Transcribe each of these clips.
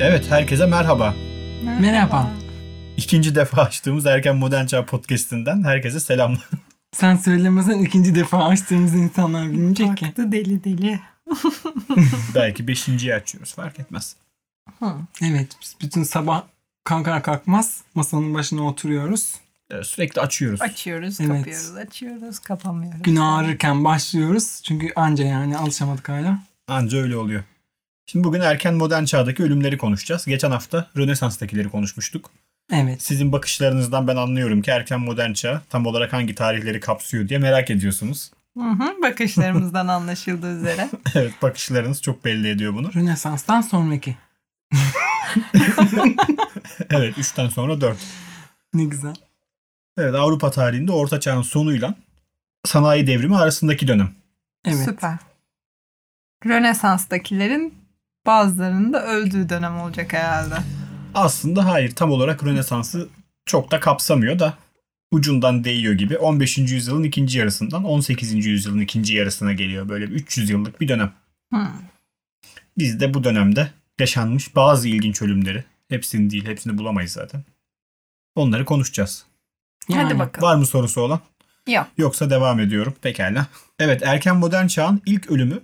Evet, herkese merhaba. Merhaba. İkinci defa açtığımız Erken Modern Çağ Podcast'inden herkese selamlar. Sen söylemesen ikinci defa açtığımız insanlar bilmeyecek ki. Baktı deli deli. Belki beşinciyi açıyoruz, fark etmez. Evet biz bütün sabah kalkar kalkmaz masanın başına oturuyoruz. Ee, Sürekli açıyoruz. Açıyoruz, Evet. kapıyoruz, açıyoruz, kapamıyoruz. Gün ağrırken başlıyoruz. Çünkü anca yani alışamadık hala. Anca öyle oluyor. Şimdi bugün erken modern çağdaki ölümleri konuşacağız. Geçen hafta Rönesans'takileri konuşmuştuk. Evet. Sizin bakışlarınızdan ben anlıyorum ki erken modern çağ tam olarak hangi tarihleri kapsıyor diye merak ediyorsunuz. Hı hı, bakışlarımızdan anlaşıldığı üzere. evet, bakışlarınız çok belli ediyor bunu. Rönesans'tan sonraki. Evet, 3'ten sonra 4. Ne güzel. Evet, Avrupa tarihinde Orta Çağ'ın sonuyla sanayi devrimi arasındaki dönem. Evet. Süper. Rönesans'takilerin bazılarının da öldüğü dönem olacak herhalde. Aslında hayır tam olarak Rönesans'ı çok da kapsamıyor da ucundan değiyor gibi 15. yüzyılın ikinci yarısından 18. yüzyılın ikinci yarısına geliyor böyle bir 300 yıllık bir dönem. Hı. Biz de bu dönemde yaşanmış bazı ilginç ölümleri hepsini değil hepsini bulamayız zaten. Onları konuşacağız. Yani Hadi bakalım. Var mı sorusu olan? Yok. Yoksa devam ediyorum. Pekala. Evet erken modern çağın ilk ölümü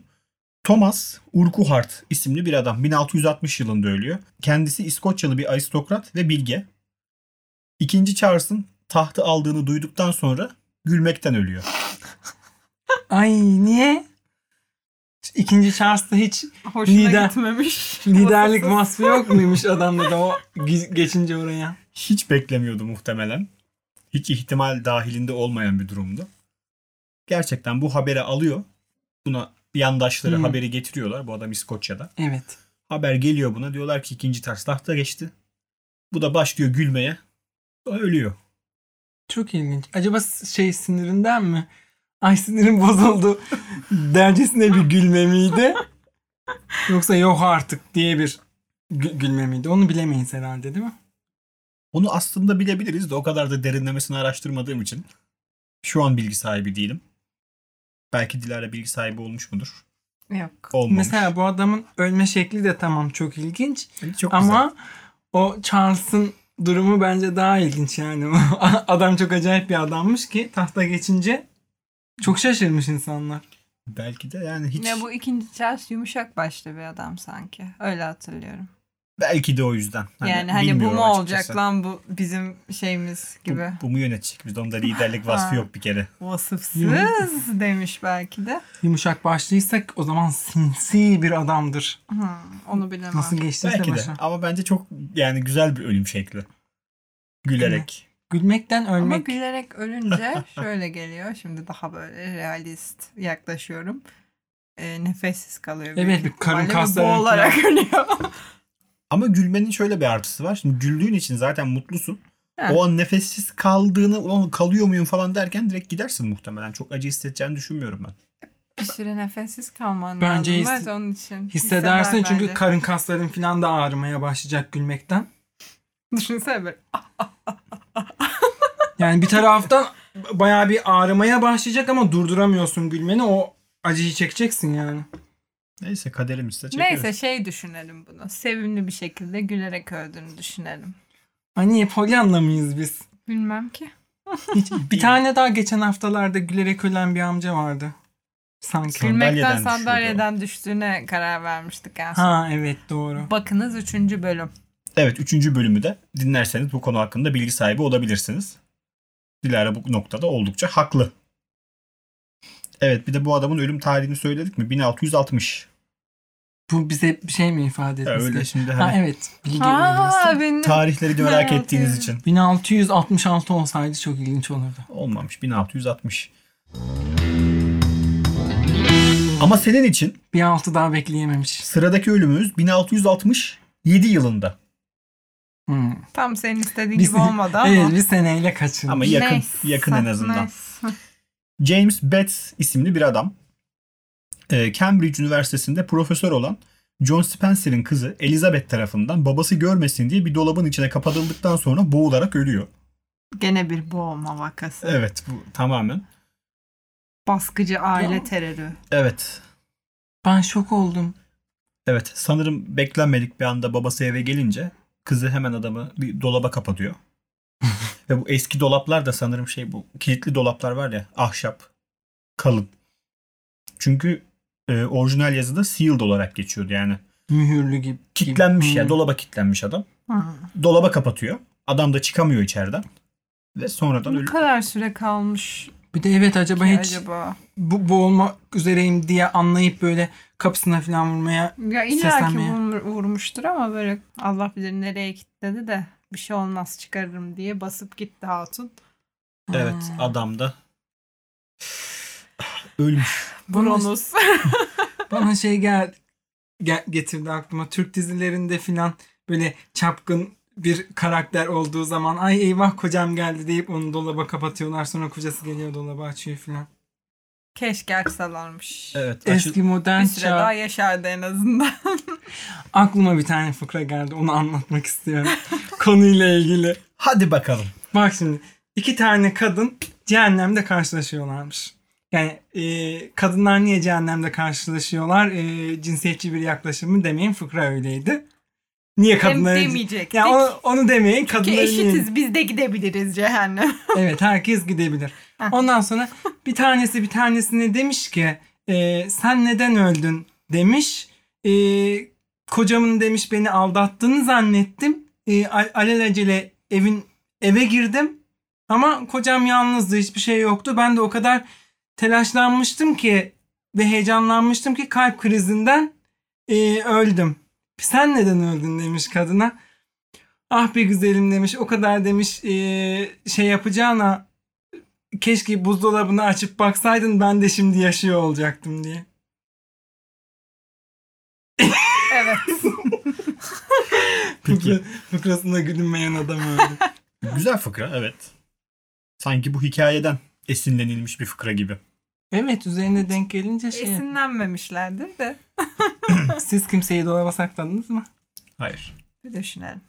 Thomas Urquhart isimli bir adam. 1660 yılında ölüyor. Kendisi İskoçyalı bir aristokrat ve bilge. İkinci Charles'ın tahtı aldığını duyduktan sonra gülmekten ölüyor. Ay niye? İkinci Charles'ta hiç Hoşuna Lider- gitmemiş. liderlik vasfı yok muymuş adamda da o gi- geçince oraya? Hiç beklemiyordu muhtemelen. Hiç ihtimal dahilinde olmayan bir durumdu. Gerçekten bu haberi alıyor. Buna yandaşları Hmm. haberi getiriyorlar. Bu adam İskoçya'da. Evet. Haber geliyor buna. Diyorlar ki ikinci ters tahta geçti. Bu da başlıyor gülmeye. Sonra Ölüyor. Çok ilginç. Acaba s- şey sinirinden mi? Ay sinirim bozuldu dercesine bir gülme miydi? Yoksa yok artık diye bir gü- gülme miydi? Onu bilemeyiz herhalde değil mi? Onu aslında bilebiliriz de o kadar da derinlemesine araştırmadığım için. Şu an bilgi sahibi değilim. Belki Dilara bilgi sahibi olmuş mudur? Yok. Olmamış. Mesela bu adamın ölme şekli de tamam çok ilginç. Çok ama o Charles'ın durumu bence daha ilginç yani. Adam çok acayip bir adammış ki tahta geçince çok şaşırmış insanlar. güzel. Belki de yani hiç. Ne bu ikinci Charles yumuşak başlı bir adam sanki. Öyle hatırlıyorum. Belki de o yüzden. yani hani bu bilmiyorum mu olacak açıkçası. lan bu bizim şeyimiz gibi. Bu, bu mu yönetecek? Bizde onda liderlik vasfı Ha. yok bir kere. Vasıfsız demiş belki de. Yumuşak başlıysak o zaman sinsi bir adamdır. Hı, onu bilemem. Nasıl geçtiyse Belki de. başa. Ama bence çok yani güzel bir ölüm şekli. Gülerek. Gülmekten Ama ölmek. gülerek ölünce şöyle geliyor. Şimdi daha böyle realist yaklaşıyorum. E, nefessiz kalıyor. Evet, büyük bir karın ihtimalle ve kasları Boğularak ölüyor. Ama gülmenin şöyle bir artısı var. Şimdi güldüğün için zaten mutlusun. Ha. O an nefessiz kaldığını, ulan kalıyor muyum falan derken direkt gidersin muhtemelen. Çok acı hissedeceğini düşünmüyorum ben. bir süre nefessiz kalman Bence lazım. his- Bence onun için. Hissedersin Hisseder çünkü bence. karın kasların falan da ağrımaya başlayacak gülmekten. Düşünsene böyle. Yani bir taraftan bayağı bir ağrımaya başlayacak ama durduramıyorsun gülmeni. O acıyı çekeceksin yani. Neyse kaderimizse çekeriz. Neyse şey düşünelim bunu. Sevimli bir şekilde gülerek öldüğünü düşünelim. Ay niye Pollyanna mıyız biz? Bilmem ki. Hiç, bir tane daha geçen haftalarda gülerek ölen bir amca vardı. Sanki. Sandalyeden Gülmekten düşüyordu o. sandalyeden düştüğüne karar vermiştik en son. Ha evet doğru. Bakınız 3. bölüm. Evet 3. bölümü de dinlerseniz bu konu hakkında bilgi sahibi olabilirsiniz. Dilara bu noktada oldukça haklı. Evet bir de bu adamın ölüm tarihini söyledik mi? 1660. Bu bize bir şey mi ifade Ya etmiş? öyle şimdi Ha hani evet. Bilgi veriyorsun. Aa, benim tarihleri de merak Ben ettiğiniz atıyorum. için. 1666 olsaydı çok ilginç olurdu. Olmamış 1660. Ama senin için Bir altı daha bekleyememiş. Sıradaki ölümümüz 1667 yılında. Hmm. Tam senin istediğin Bir gibi sene- olmadı ama. Evet bir seneyle kaçırmış. Ama yakın, Neyse, yakın en azından. neyse. James Betts isimli bir adam. Ee, Cambridge Üniversitesi'nde profesör olan John Spencer'ın kızı Elizabeth tarafından babası görmesin diye bir dolabın içine kapatıldıktan sonra boğularak ölüyor. Gene bir boğulma vakası. Evet bu tamamen. Baskıcı aile Ya. terörü. Evet. Ben şok oldum. Evet sanırım beklenmedik bir anda babası eve gelince kızı hemen adamı bir dolaba kapatıyor. Ve bu eski dolaplar da sanırım şey bu kilitli dolaplar var ya ahşap kalın. Çünkü e, orijinal yazıda sealed olarak geçiyordu yani. Mühürlü gibi. Hmm. Kitlenmiş ya Hı. dolaba kitlenmiş adam. Hı. Dolaba kapatıyor. Adam da çıkamıyor içeriden. Ve sonradan Ne ölü. kadar süre kalmış Bir de evet acaba ki hiç acaba? bu boğulmak üzereyim diye anlayıp böyle kapısına falan vurmaya Ya illa ki Seslenmeye. vur- vurmuştur ama böyle Allah bilir nereye kilitledi de bir şey olmaz çıkarırım diye basıp gitti hatun. Evet Ha. adam da ölmüş. Bunun- Bronus. Bana şey gel, gel getirdi aklıma. Türk dizilerinde filan böyle çapkın bir karakter olduğu zaman ay eyvah kocam geldi deyip onu dolaba kapatıyorlar. Sonra kocası geliyor dolaba açıyor filan. Keşke açsalarmış. Evet. açıl- Eski modern Bir süre çağ. daha yaşardı en azından. Aklıma bir tane fıkra geldi. Onu anlatmak istiyorum. Konuyla ilgili. Hadi bakalım. Bak şimdi iki tane kadın cehennemde karşılaşıyorlarmış. Yani e, kadınlar niye cehennemde karşılaşıyorlar? E, cinsiyetçi bir yaklaşımı demeyin fıkra öyleydi. Niye Hem kadınlar? demeyecektik. Ya onu, onu demeyin ki kadınlar. eşitiz biz de gidebiliriz cehennem. Evet herkes gidebilir. Heh. Ondan sonra bir tanesi bir tanesine demiş ki e, sen neden öldün demiş. E, kocamın demiş beni aldattığını zannettim. E, al- alelacele evin eve girdim. Ama kocam yalnızdı hiçbir şey yoktu. Ben de o kadar telaşlanmıştım ki ve heyecanlanmıştım ki kalp krizinden e, öldüm. Sen neden öldün demiş kadına. Ah be güzelim demiş. O kadar demiş eee, şey yapacağına keşke buzdolabını açıp baksaydın ben de şimdi yaşıyor olacaktım diye. Evet. Peki. Fıkra- fıkrasında gülünmeyen adam öldü. Güzel fıkra evet. Sanki bu hikayeden esinlenilmiş bir fıkra gibi. evet üzerine denk gelince şey. Esinlenmemişlerdir de. Siz kimseyi dolaba sakladınız mı? Hayır. Bir düşünelim.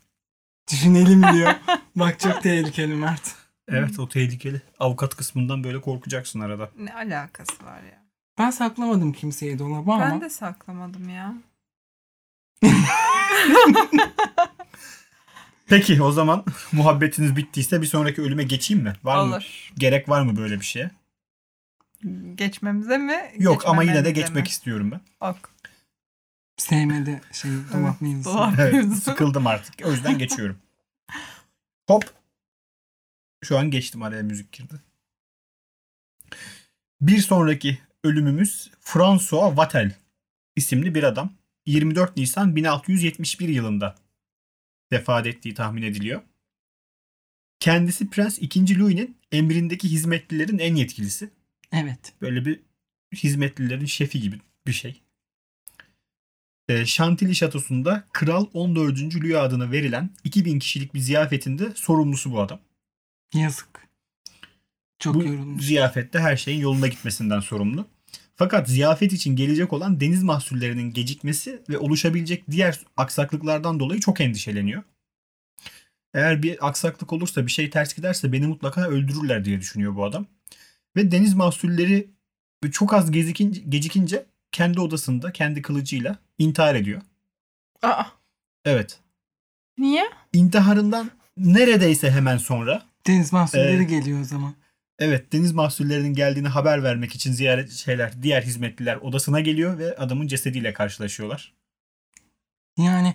Düşünelim diyor. Bak çok tehlikeli Mert. Evet o tehlikeli. Avukat kısmından böyle korkacaksın arada. Ne alakası var ya? Ben saklamadım kimseyi dolaba ama. Ben de saklamadım ya. Peki o zaman muhabbetiniz bittiyse bir sonraki ölüme geçeyim mi? Var mı? Olur. Gerek var mı böyle bir şeye? Geçmemize mi? Yok ama yine de geçmememize geçmek mi? istiyorum ben. Ok. Sevmedi şey dolap mevzusunu. Dolap. Evet, sıkıldım artık. O yüzden geçiyorum. Hop. Şu an geçtim araya müzik girdi. Bir sonraki ölümümüz François Vatel isimli bir adam. 24 Nisan 1671 yılında vefat ettiği tahmin ediliyor. Kendisi Prens 2. Louis'nin emrindeki hizmetlilerin en yetkilisi Evet. böyle bir hizmetlilerin şefi gibi bir şey. E, Şantili Şatosu'nda Kral 14. Louis adına verilen 2000 kişilik bir ziyafetinde sorumlusu bu adam. Yazık. Çok bu yorulmuş. ziyafette her şeyin yoluna gitmesinden sorumlu. Fakat ziyafet için gelecek olan deniz mahsullerinin gecikmesi ve oluşabilecek diğer aksaklıklardan dolayı çok endişeleniyor. Eğer bir aksaklık olursa bir şey ters giderse beni mutlaka öldürürler diye düşünüyor bu adam. Ve deniz mahsulleri çok az gezikince, gecikince kendi odasında kendi kılıcıyla intihar ediyor. Aa, Evet. niye? İntiharından neredeyse hemen sonra Deniz mahsulleri Ee, geliyor o zaman. Evet deniz mahsullerinin geldiğini haber vermek için ziyaret şeyler diğer hizmetliler odasına geliyor ve adamın cesediyle karşılaşıyorlar. Yani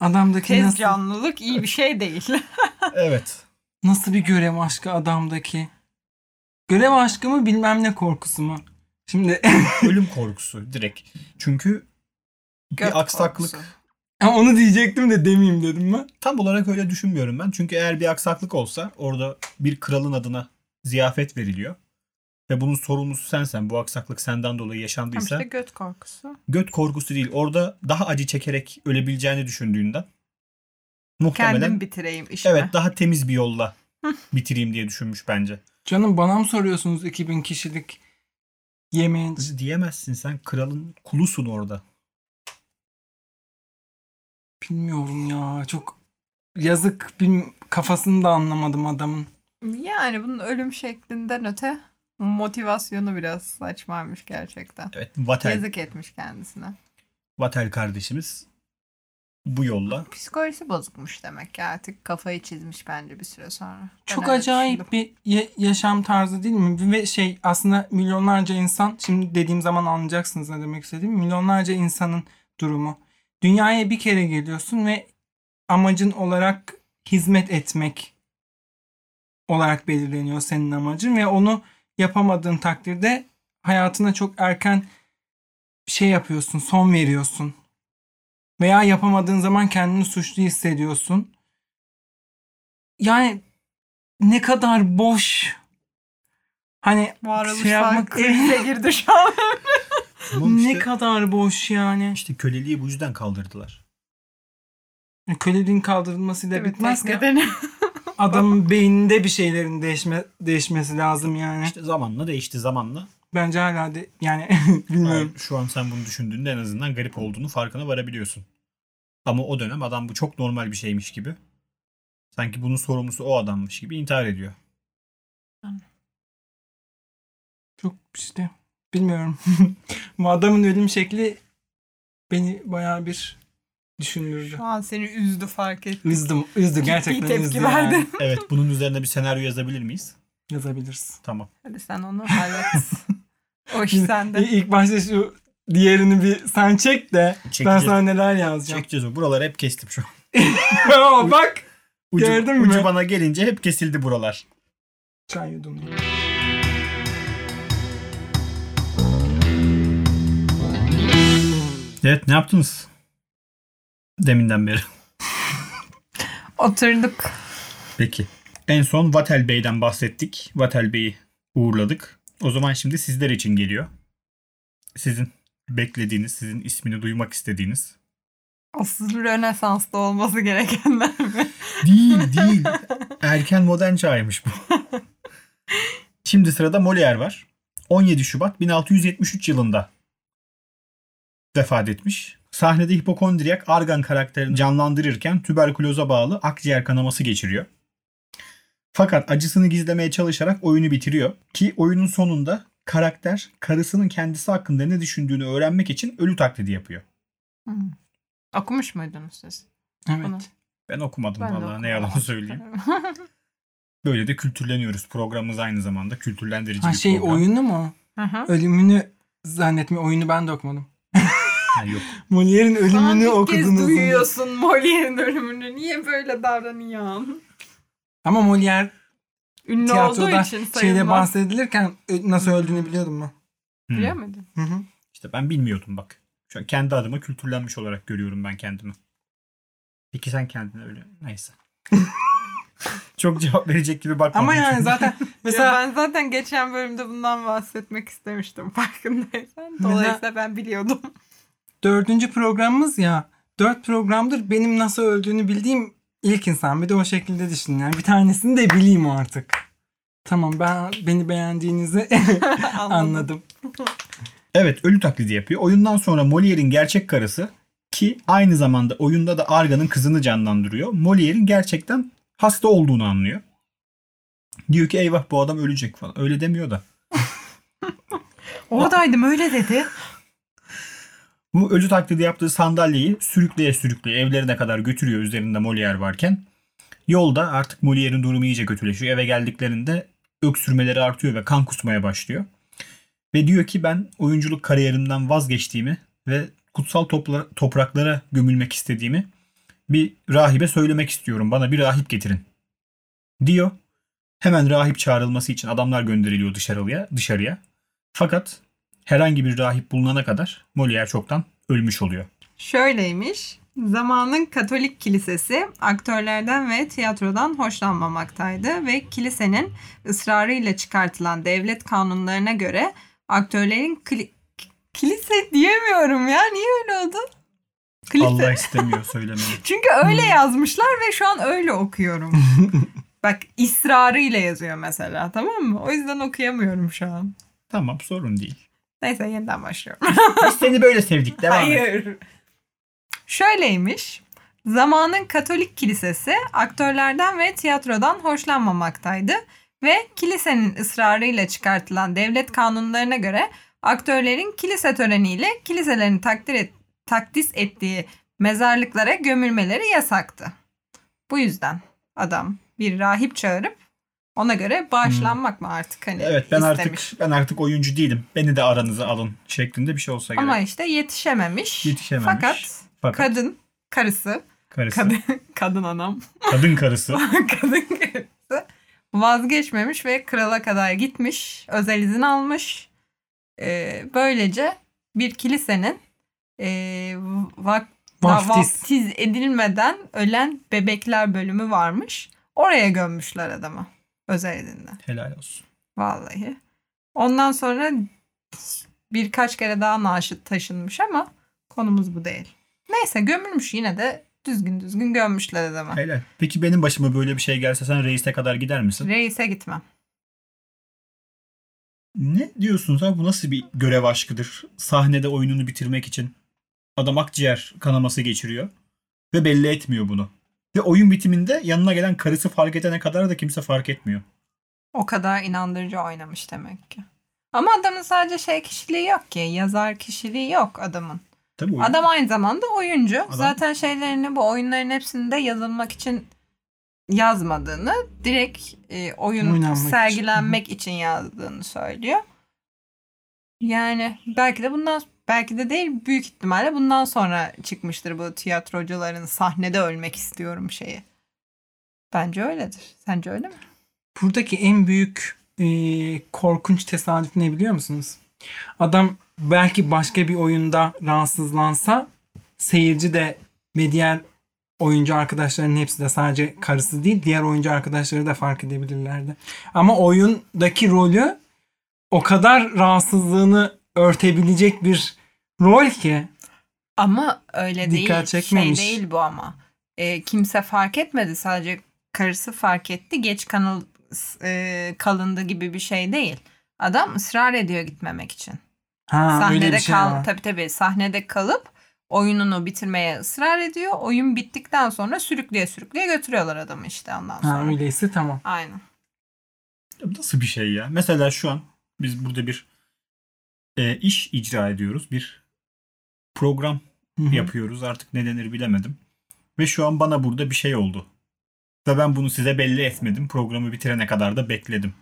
adamdaki Tez nasıl, canlılık iyi bir şey değil. evet. nasıl bir görev aşkı adamdaki? Görev aşkı mı bilmem ne korkusu mu? Şimdi Ölüm korkusu direkt. Çünkü Göt bir aksaklık korkusu. onu diyecektim de demeyeyim dedim ben. tam olarak öyle düşünmüyorum ben. Çünkü eğer bir aksaklık olsa orada bir kralın adına ziyafet veriliyor. Ve bunun sorumlusu sensen bu aksaklık senden dolayı Tam yaşandıysa işte göt korkusu. göt korkusu değil. Orada daha acı çekerek ölebileceğini düşündüğünden muhtemelen Kendim bitireyim işimi. evet daha temiz bir yolla bitireyim diye düşünmüş bence. Canım bana mı soruyorsunuz 2000 kişilik yemeğin? Kızı diyemezsin sen kralın kulusun orada. Bilmiyorum ya çok yazık bilm- kafasını da anlamadım adamın. Yani bunun ölüm şeklinden öte motivasyonu biraz saçmaymış gerçekten. Evet Vatel. Yazık etmiş kendisine. Vatel kardeşimiz bu yolla Psikolojisi bozukmuş demek ki artık kafayı çizmiş bence bir süre sonra. Ben Çok öyle acayip düşündüm. bir ya- yaşam tarzı değil mi? Ve şey aslında milyonlarca insan şimdi dediğim zaman anlayacaksınız ne demek istediğimi. Milyonlarca insanın durumu. Dünyaya bir kere geliyorsun ve amacın olarak hizmet etmek olarak belirleniyor senin amacın ve onu yapamadığın takdirde hayatına çok erken şey yapıyorsun, son veriyorsun. Veya yapamadığın zaman kendini suçlu hissediyorsun. Yani ne kadar boş. Hani Varoluş şey yapmak- krize girdi şu an. Ama işte, ne kadar boş yani. işte köleliği bu yüzden kaldırdılar. Köleliğin kaldırılmasıyla bitmez ki. Nedeni. Adamın beyninde bir şeylerin değişme, değişmesi lazım yani. İşte zamanla değişti zamanla. Bence hala de, yani bilmiyorum. Şu an sen bunu düşündüğünde en azından garip olduğunu farkına varabiliyorsun. Ama o dönem adam bu çok normal bir şeymiş gibi. Sanki bunun sorumlusu o adammış gibi intihar ediyor. Çok işte bilmiyorum. Bu adamın ölüm şekli beni bayağı bir düşündürdü. Şu an seni üzdü fark et. Üzdüm, üzdü gerçekten tepki üzdü verdi. yani. Evet bunun üzerine bir senaryo yazabilir miyiz? Yazabilirsin. Tamam. Hadi sen onu hallet. o iş sende. İ- İlk başta şu diğerini bir sen çek de ben Çekeceğiz. sana neler yazacağım. Çekeceğiz o. Buraları hep kestim şu an. Aa, bak. Ucu, Gördün ucu mü? bana gelince hep kesildi buralar. Çay yudumlu. Evet ne yaptınız? Deminden beri. Oturduk. Peki. En son Vatel Bey'den bahsettik. Vatel Bey'i uğurladık. O zaman şimdi sizler için geliyor. Sizin beklediğiniz, sizin ismini duymak istediğiniz. Asıl Rönesans'ta olması gerekenler mi? Değil değil. Erken modern çağymış bu. Şimdi sırada Molière var. 17 Şubat 1673 yılında vefat etmiş. Sahnede hipokondriyak Argan karakterini canlandırırken tüberküloza bağlı akciğer kanaması geçiriyor. Fakat acısını gizlemeye çalışarak oyunu bitiriyor ki oyunun sonunda karakter karısının kendisi hakkında ne düşündüğünü öğrenmek için ölü taklidi yapıyor. Hmm. Okumuş muydunuz siz? Bunu. Evet. Ben okumadım Ben de vallahi ne yalan okumadım. söyleyeyim. Böyle de kültürleniyoruz. Programımız aynı zamanda kültürlendirici Ha bir şey program. oyunu mu? Hı hı. Ölümünü zannetme oyunu ben de okumadım. Ha, yok. Molière'in Lan ölümünü bir kez okudunuz. mu? duyuyorsun Molière'in ölümünü. Niye böyle davranıyorsun? Ama Molière Ünlü olduğu tiyatroda için şeyde sayılmaz. bahsedilirken ö- nasıl öldüğünü biliyordum ben. Hmm. Biliyor muydun? Hı hı. İşte ben bilmiyordum bak. Şu an kendi adıma kültürlenmiş olarak görüyorum ben kendimi. Peki sen kendine öyle neyse. Çok cevap verecek gibi bakma. Ama yani zaten Mesela mesela ben zaten geçen bölümde bundan bahsetmek istemiştim farkındaysan. Mesela- Dolayısıyla ben biliyordum. dördüncü programımız ya. Dört programdır benim nasıl öldüğünü bildiğim ilk insan. Bir de o şekilde düşünün yani. Bir tanesini de bileyim artık. Tamam ben beni beğendiğinizi anladım. Evet ölü taklidi yapıyor. Oyundan sonra Molière'in gerçek karısı ki aynı zamanda oyunda da Arga'nın kızını canlandırıyor. Molière'in gerçekten hasta olduğunu anlıyor. Diyor ki eyvah bu adam ölecek falan. Öyle demiyor da. Oradaydım öyle dedi. Bu ölü taklidi yaptığı sandalyeyi sürükleye sürükleye evlerine kadar götürüyor üzerinde Molière varken. Yolda artık Molière'in durumu iyice kötüleşiyor. Eve geldiklerinde öksürmeleri artıyor ve kan kusmaya başlıyor. Ve diyor ki ben oyunculuk kariyerimden vazgeçtiğimi ve kutsal topla- topraklara gömülmek istediğimi bir rahibe söylemek istiyorum. Bana bir rahip getirin. Diyor. Hemen rahip çağrılması için adamlar gönderiliyor dışarıya. dışarıya. Fakat herhangi bir rahip bulunana kadar Molière çoktan ölmüş oluyor. Şöyleymiş. Zamanın Katolik Kilisesi aktörlerden ve tiyatrodan hoşlanmamaktaydı ve kilisenin ısrarıyla çıkartılan devlet kanunlarına göre aktörlerin kli- kilise diyemiyorum ya. Niye öyle oldu? Kilise. Allah istemiyor söylemeyi. Çünkü öyle yazmışlar ve şu an öyle okuyorum. Bak ısrarıyla yazıyor mesela tamam mı? O yüzden okuyamıyorum şu an. tamam sorun değil. Neyse yeniden başlıyorum. Biz seni böyle sevdik devam et. Hayır. Şöyleymiş. Zamanın Katolik Kilisesi aktörlerden ve tiyatrodan hoşlanmamaktaydı ve kilisenin ısrarıyla çıkartılan devlet kanunlarına göre aktörlerin kilise töreniyle kiliselerin takdir et, takdis ettiği mezarlıklara gömülmeleri yasaktı. Bu yüzden adam bir rahip çağırıp ona göre bağışlanmak mı artık hani Evet ben istemiş. artık ben artık oyuncu değilim. Beni de aranıza alın şeklinde bir şey olsa gerek. Ama işte yetişememiş. Yetişememiş. Fakat, Fakat kadın karısı, karısı, kadın. kadın kadın anam, karısı. kadın karısı vazgeçmemiş ve krala kadar gitmiş. Özel izin almış. Ee, böylece bir kilisenin e, vak- daha Vaftiz. vaftiz edilmeden ölen bebekler bölümü varmış. Oraya gömmüşler adamı. Özel izinle. Helal olsun. Vallahi. Ondan sonra birkaç kere daha naaşı taşınmış ama konumuz bu değil. Neyse gömülmüş yine de düzgün düzgün gömmüşler adamı. Helal. Peki benim başıma böyle bir şey gelse sen reiste kadar gider misin? Reis'e gitmem. Ne diyorsunuz abi bu nasıl bir görev aşkıdır? Sahnede oyununu bitirmek için adam akciğer kanaması geçiriyor ve belli etmiyor bunu. Ve oyun bitiminde yanına gelen karısı fark edene kadar da kimse fark etmiyor. O kadar inandırıcı oynamış demek ki. Ama adamın sadece şey kişiliği yok ki. Yazar kişiliği yok adamın. Tabii oyun. Adam aynı zamanda oyuncu. Adam- Zaten şeylerini bu oyunların hepsini de yazılmak için yazmadığını, direkt e, oyun Oynanmak için. sergilenmek için. yazdığını söylüyor. Yani belki de bundan belki de değil büyük ihtimalle bundan sonra çıkmıştır bu tiyatrocuların sahnede ölmek istiyorum şeyi. Bence öyledir. Sence öyle mi? Buradaki en büyük e, korkunç tesadüf ne biliyor musunuz? Adam belki başka bir oyunda rahatsızlansa seyirci de ve diğer oyuncu arkadaşlarının hepsi de sadece karısı değil diğer oyuncu arkadaşları da fark edebilirlerdi. Ama oyundaki rolü o kadar rahatsızlığını örtebilecek bir rol ki Ama öyle değil. Dikkat çekmemiş. Şey değil bu ama. E, kimse fark etmedi. Sadece karısı fark etti. Geç kanal e, kalındı gibi bir şey değil. Adam ısrar ediyor gitmemek için. ha, öyle sahnede bir şey kal var. tabii tabii sahnede kalıp oyununu bitirmeye ısrar ediyor. Oyun bittikten sonra sürükleye sürükleye götürüyorlar adamı işte ondan sonra. Ha, öyleyse tamam. Aynen. Ya bu Nasıl bir şey ya? Mesela şu an biz burada bir e, iş icra ediyoruz. Bir program Hı hı. yapıyoruz. Artık ne denir bilemedim. Ve şu an bana burada bir şey oldu. Ve ben bunu size belli etmedim. Programı bitirene kadar da bekledim.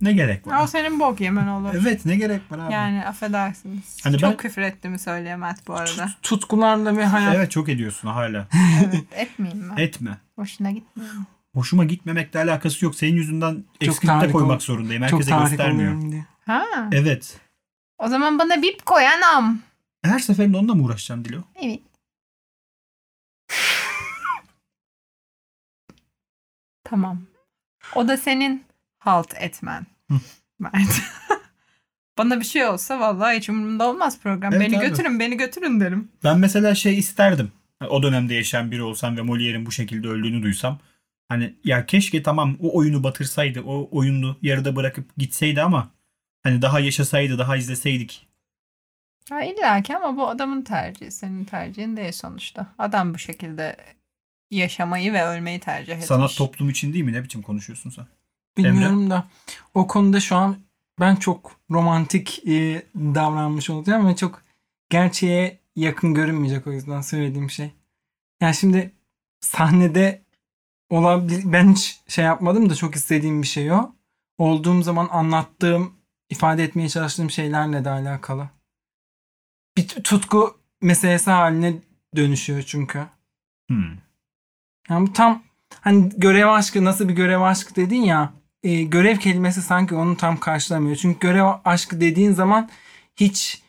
Ne gerek var? O senin bok yemen olur. Evet ne gerek var abi? Yani affedersiniz. Hani Çok ben- küfür ettiğimi söylüyor Mert bu arada. Tut- tutkularla ve hayat Evet çok ediyorsun hala. evet, etmeyeyim E- mi? Etme. Hoşuna gitmiyor mu? Hoşuma gitmemekle alakası yok. Senin yüzünden eksiklikte tahrik koymak ol- zorundayım. çok Herkese tahrik göstermiyor. oluyorum diye. Ha. Evet. O zaman bana bip koy anam. Her seferinde onunla mı uğraşacağım Dilo? Evet. tamam. O da senin halt etmen. Hı. Mert. bana bir şey olsa vallahi hiç umurumda olmaz program. Evet beni abi. götürün, beni götürün derim. Ben mesela şey isterdim. O dönemde yaşayan biri olsam ve Molière'in bu şekilde öldüğünü duysam. Hani ya keşke tamam o oyunu batırsaydı. O oyunu yarıda bırakıp gitseydi ama hani daha yaşasaydı, daha izleseydik. Ha, illa ki ama bu adamın tercihi. Senin tercihin değil sonuçta. Adam bu şekilde yaşamayı ve ölmeyi tercih etmiş. Sanat toplum için değil mi? Ne biçim konuşuyorsun sen? Bilmiyorum da o konuda şu an ben çok romantik e, davranmış olacağım ve çok gerçeğe yakın görünmeyecek o yüzden söylediğim şey. Yani şimdi sahnede olabilir ben hiç şey yapmadım da çok istediğim bir şey o. Olduğum zaman anlattığım, ifade etmeye çalıştığım şeylerle de alakalı. Bir t- tutku meselesi haline dönüşüyor çünkü. Hmm. Yani bu tam hani görev aşkı nasıl bir görev aşkı dedin ya e, görev kelimesi sanki onu tam karşılamıyor. Çünkü görev aşkı dediğin zaman hiç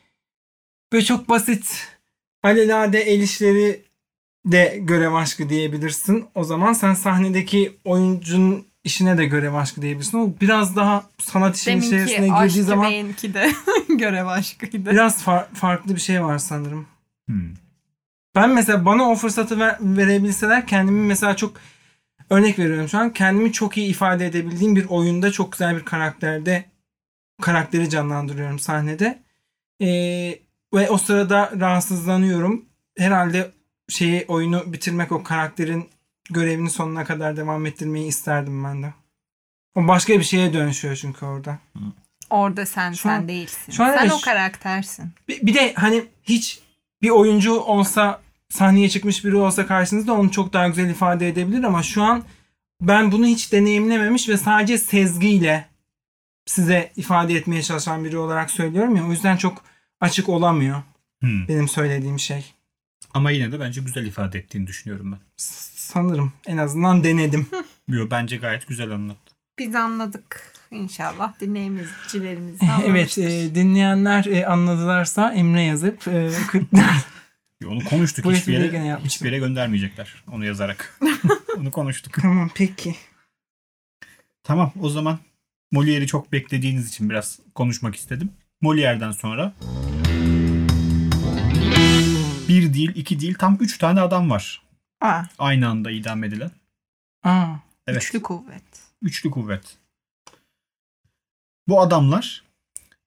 böyle çok basit alelade el işleri de görev aşkı diyebilirsin. O zaman sen sahnedeki oyuncunun işine de görev aşkı diyebilirsin. O biraz daha sanat işinin içerisine Deminki girdiği aşk zaman yemeğinki de görev aşkıydı. biraz far- farklı bir şey var sanırım. Hmm. Ben mesela bana o fırsatı ver- verebilseler kendimi mesela çok örnek veriyorum şu an kendimi çok iyi ifade edebildiğim bir oyunda çok güzel bir karakterde karakteri canlandırıyorum sahnede. Ee, ve o sırada rahatsızlanıyorum. Herhalde şeyi oyunu bitirmek o karakterin görevini sonuna kadar devam ettirmeyi isterdim ben de. O başka bir şeye dönüşüyor çünkü orada. Orada sen Şu sen an- değilsin. şu an sen evet, o şu- karaktersin. Bir, bir de hani hiç bir oyuncu olsa sahneye çıkmış biri olsa karşınızda onu çok daha güzel ifade edebilir ama şu an ben bunu hiç deneyimlememiş ve sadece sezgiyle size ifade etmeye çalışan biri olarak söylüyorum ya o yüzden çok açık olamıyor Hmm. benim söylediğim şey. Ama yine de bence güzel ifade ettiğini düşünüyorum ben. S- Sanırım en azından denedim. Yo, bence gayet güzel anlattı. Biz anladık. İnşallah dinleyicilerimiz de evet anlamıştır. e, dinleyenler e, anladılarsa Emre yazıp e, kırk- Yo, onu konuştuk. Bu hiçbir, espriyi gene yere, yapmıştım. hiçbir yere göndermeyecekler onu yazarak. onu konuştuk. tamam peki. Tamam o zaman Molière'i çok beklediğiniz için biraz konuşmak istedim. Molière'den sonra bir değil, iki değil, tam üç tane adam var. Aa, Aynı anda idam edilen. Aa, Evet. Üçlü kuvvet. Üçlü kuvvet. Bu adamlar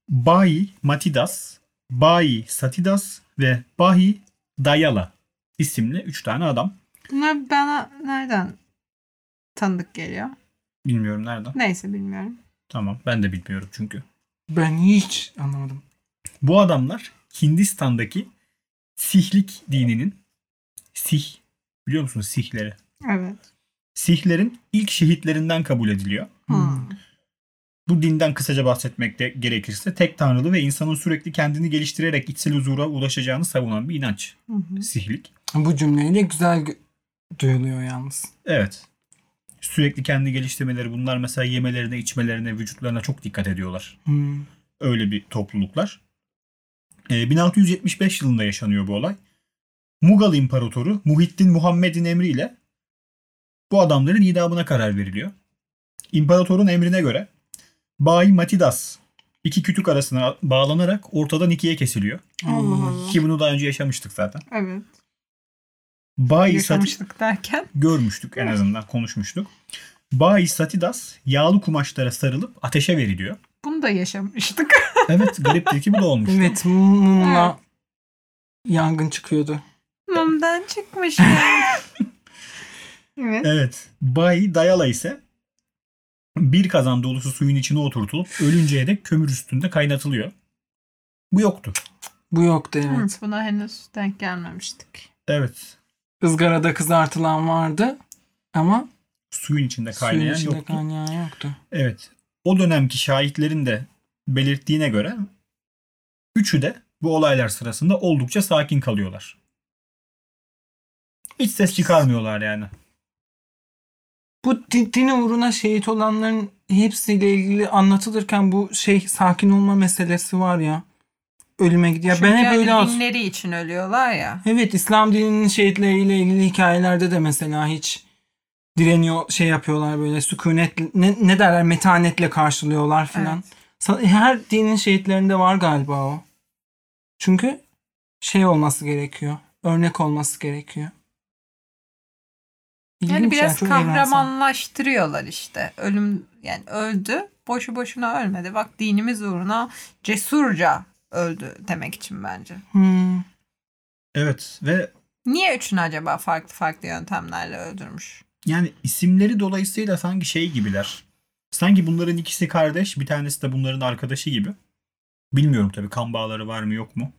Bayi Matidas, Bayi Satidas ve Bayi Dayala isimli üç tane adam. Bunlar bana nereden tanıdık geliyor? Bilmiyorum nereden. Neyse bilmiyorum. Tamam ben de bilmiyorum çünkü. ben hiç anlamadım. Bu adamlar Hindistan'daki Sihlik dininin Sih biliyor musunuz Sihleri? Evet. Sihlerin ilk şehitlerinden kabul ediliyor. Hmm. Bu dinden kısaca bahsetmek de gerekirse tek tanrılı ve insanın sürekli kendini geliştirerek içsel huzura ulaşacağını savunan bir inanç. Hmm. Hı hı. Sihlik. Bu cümleyle güzel gö- duyuluyor yalnız. Evet. Sürekli kendi geliştirmeleri bunlar mesela yemelerine, içmelerine, vücutlarına çok dikkat ediyorlar. Hmm. Öyle bir topluluklar. Ee, 1675 yılında yaşanıyor bu olay. Mughal İmparatoru Muhittin Muhammed'in emriyle bu adamların idamına karar veriliyor. İmparatorun emrine göre Bay Matidas iki kütük arasına bağlanarak ortadan ikiye kesiliyor. Allah Allah. Ki bunu daha önce yaşamıştık zaten. Evet. Bay Satidas Yaşamışlık derken. görmüştük en azından konuşmuştuk. Bayi Satidas yağlı kumaşlara sarılıp ateşe veriliyor. Bunu da yaşamıştık. Evet gariptir ki bu da olmuş. Evet mumla yangın çıkıyordu. Mumdan çıkmış. yani. evet. Evet. Bayi Dayala ise bir kazan dolusu suyun içine oturtulup ölünceye dek kömür üstünde kaynatılıyor. Bu yoktu. Bu yoktu evet. Hı, Buna henüz denk gelmemiştik. Evet. Izgarada kızartılan vardı ama Suyun içinde suyun kaynayan içinde yoktu. kaynayan yoktu. Evet. O dönemki şahitlerin de belirttiğine göre üçü de bu olaylar sırasında oldukça sakin kalıyorlar. Hiç ses çıkarmıyorlar yani. Bu din- din uğruna şehit olanların hepsiyle ilgili anlatılırken bu şey sakin olma meselesi var ya. Ölüme gidiyor. Çünkü Ben hep hani öyle as- dinleri için ölüyorlar ya. Evet İslam dininin şehitleriyle ilgili hikayelerde de mesela hiç direniyor şey yapıyorlar böyle sükunet ne, ne derler metanetle karşılıyorlar filan. Evet. Sa- e, Her dinin şehitlerinde var galiba o. Çünkü şey olması gerekiyor. Örnek olması gerekiyor. Yani İlginç ya, biraz çok evrensel. kahramanlaştırıyorlar işte. Ölüm yani öldü. Boşu boşuna ölmedi. Bak dinimiz uğruna cesurca öldü demek için bence. Hmm. Evet ve Niye üçünü acaba farklı farklı yöntemlerle öldürmüş? yani isimleri dolayısıyla sanki şey gibiler. Sanki bunların ikisi kardeş, bir tanesi de bunların arkadaşı gibi. Bilmiyorum tabii kan bağları var mı yok mu?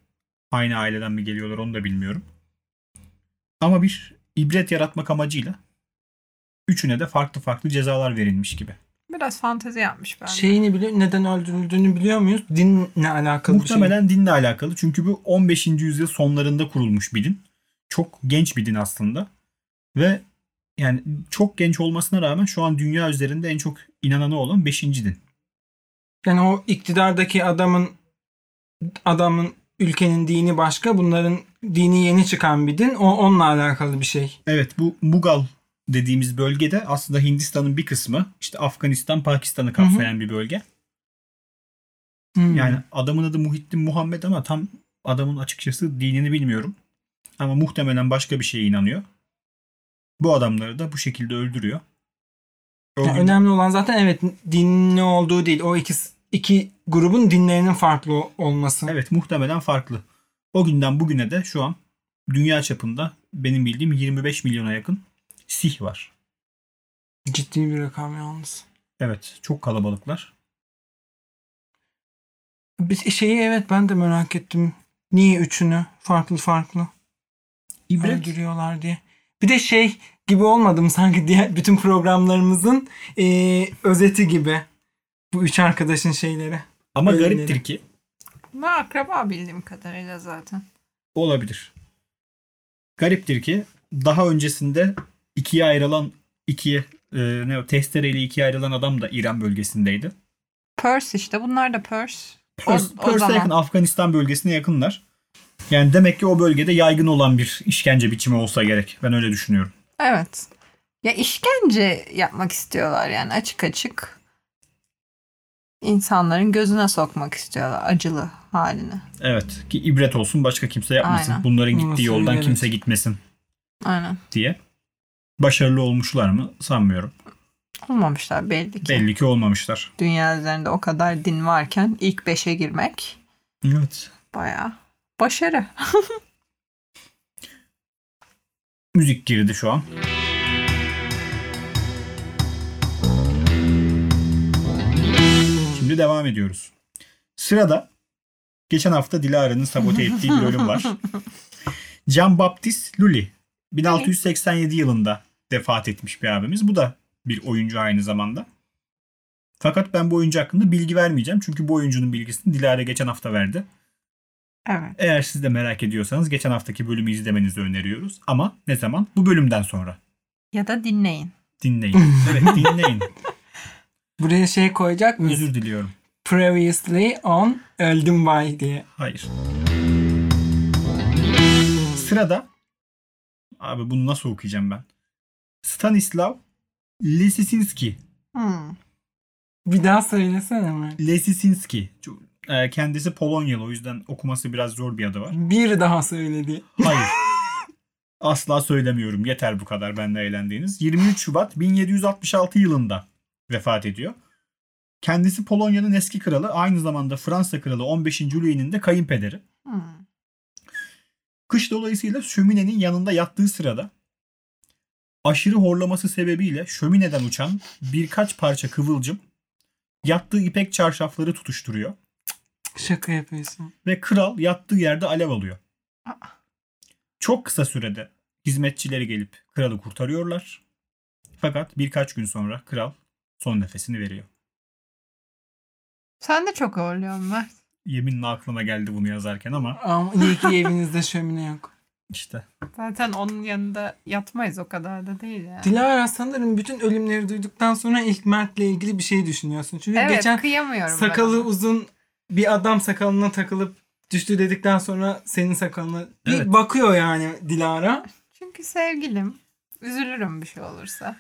Aynı aileden mi geliyorlar onu da bilmiyorum. Ama bir ibret yaratmak amacıyla üçüne de farklı farklı cezalar verilmiş gibi. Biraz fantezi yapmış bence. Şeyini biliyor, neden öldürüldüğünü biliyor muyuz? Dinle alakalı bir şey. Muhtemelen dinle alakalı. Çünkü bu 15. yüzyıl sonlarında kurulmuş bir din. Çok genç bir din aslında. Ve yani çok genç olmasına rağmen şu an dünya üzerinde en çok inananı olan 5. din. Yani o iktidardaki adamın adamın ülkenin dini başka, bunların dini yeni çıkan bir din. O onunla alakalı bir şey. Evet bu Mughal dediğimiz bölgede aslında Hindistan'ın bir kısmı işte Afganistan, Pakistan'ı kapsayan bir bölge. Hmm. Yani adamın adı Muhittin Muhammed ama tam adamın açıkçası dinini bilmiyorum. Ama muhtemelen başka bir şeye inanıyor. Bu adamları da bu şekilde öldürüyor. O Yani gün- önemli olan zaten evet dinin ne olduğu değil. O iki iki grubun dinlerinin farklı o- olması. Evet muhtemelen farklı. O günden bugüne de şu an dünya çapında benim bildiğim 25 milyona yakın sih var. Ciddi bir rakam yalnız. Evet çok kalabalıklar. Bir şeyi evet ben de merak ettim. Niye üçünü farklı farklı İbret. öldürüyorlar diye. Bir de şey gibi olmadım sanki diğer bütün programlarımızın eee, özeti gibi. Bu üç arkadaşın şeyleri. Ama Öyle gariptir değil. ki Ben akraba bildiğim kadarıyla zaten. olabilir. Gariptir ki daha öncesinde ikiye ayrılan ikiye e, ne o testereyle ikiye ayrılan adam da İran bölgesindeydi. Pers işte bunlar da Pers. O- Pers, o Pers'e zaman. yakın Afganistan bölgesine yakınlar. Yani demek ki o bölgede yaygın olan bir işkence biçimi olsa gerek. Ben öyle düşünüyorum. Evet. Ya işkence yapmak istiyorlar yani açık açık. insanların gözüne sokmak istiyorlar acılı halini. Evet ki ibret olsun başka kimse yapmasın. Aynen. Bunların gittiği Olmasın, yoldan evet. kimse gitmesin Aynen. diye. Başarılı olmuşlar mı sanmıyorum. Olmamışlar belli ki. Belli ki olmamışlar. Dünya üzerinde o kadar din varken ilk beşe girmek Evet. bayağı başarı. Müzik girdi şu an. Şimdi devam ediyoruz. Sırada geçen hafta Dilara'nın sabote ettiği bir ölüm var. Jean Baptiste Lully 1687 yılında vefat etmiş bir abimiz. Bu da bir oyuncu aynı zamanda. Fakat ben bu oyuncu hakkında bilgi vermeyeceğim. Çünkü bu oyuncunun bilgisini Dilara geçen hafta verdi. Evet. Eğer siz de merak ediyorsanız geçen haftaki bölümü izlemenizi öneriyoruz. Ama ne zaman? Bu bölümden sonra. Ya da dinleyin. Dinleyin. Evet dinleyin. Buraya şey koyacak mıyız? Özür diliyorum. Previously on Öldüm Bay diye. Hayır. Sırada abi bunu nasıl okuyacağım ben? Stanislav Lesisinski. Hmm. Bir daha söylesene mi? Lesisinski. Çok- e, Kendisi Polonyalı o yüzden okuması biraz zor bir adı var. Bir daha söyledi. Hayır. Asla söylemiyorum. Yeter bu kadar benle eğlendiğiniz. 23 Şubat 1766 yılında vefat ediyor. Kendisi Polonya'nın eski kralı, aynı zamanda Fransa kralı 15. Louis'nin de kayınpederi. Hmm. Kış dolayısıyla şöminenin yanında yattığı sırada aşırı horlaması sebebiyle şömineden uçan birkaç parça kıvılcım yattığı ipek çarşafları tutuşturuyor Şaka yapıyorsun. ve kral yattığı yerde alev alıyor. Aa. Çok kısa sürede hizmetçileri gelip kralı kurtarıyorlar. Fakat birkaç gün sonra kral son nefesini veriyor. Sen de çok horluyorsun Mert. Yeminle aklıma geldi bunu yazarken ama Ama iyi ki evinizde şömine yok. işte Zaten onun yanında yatmayız o kadar da değil yani. Dilara sanırım bütün ölümleri duyduktan sonra ilk Mert'le ilgili bir şey düşünüyorsun. Çünkü Evet geçen kıyamıyorum ben sakalı ona. uzun bir adam sakalına takılıp düştü dedikten sonra senin sakalına bir Evet. bakıyor yani Dilara. Çünkü sevgilim. Üzülürüm bir şey olursa.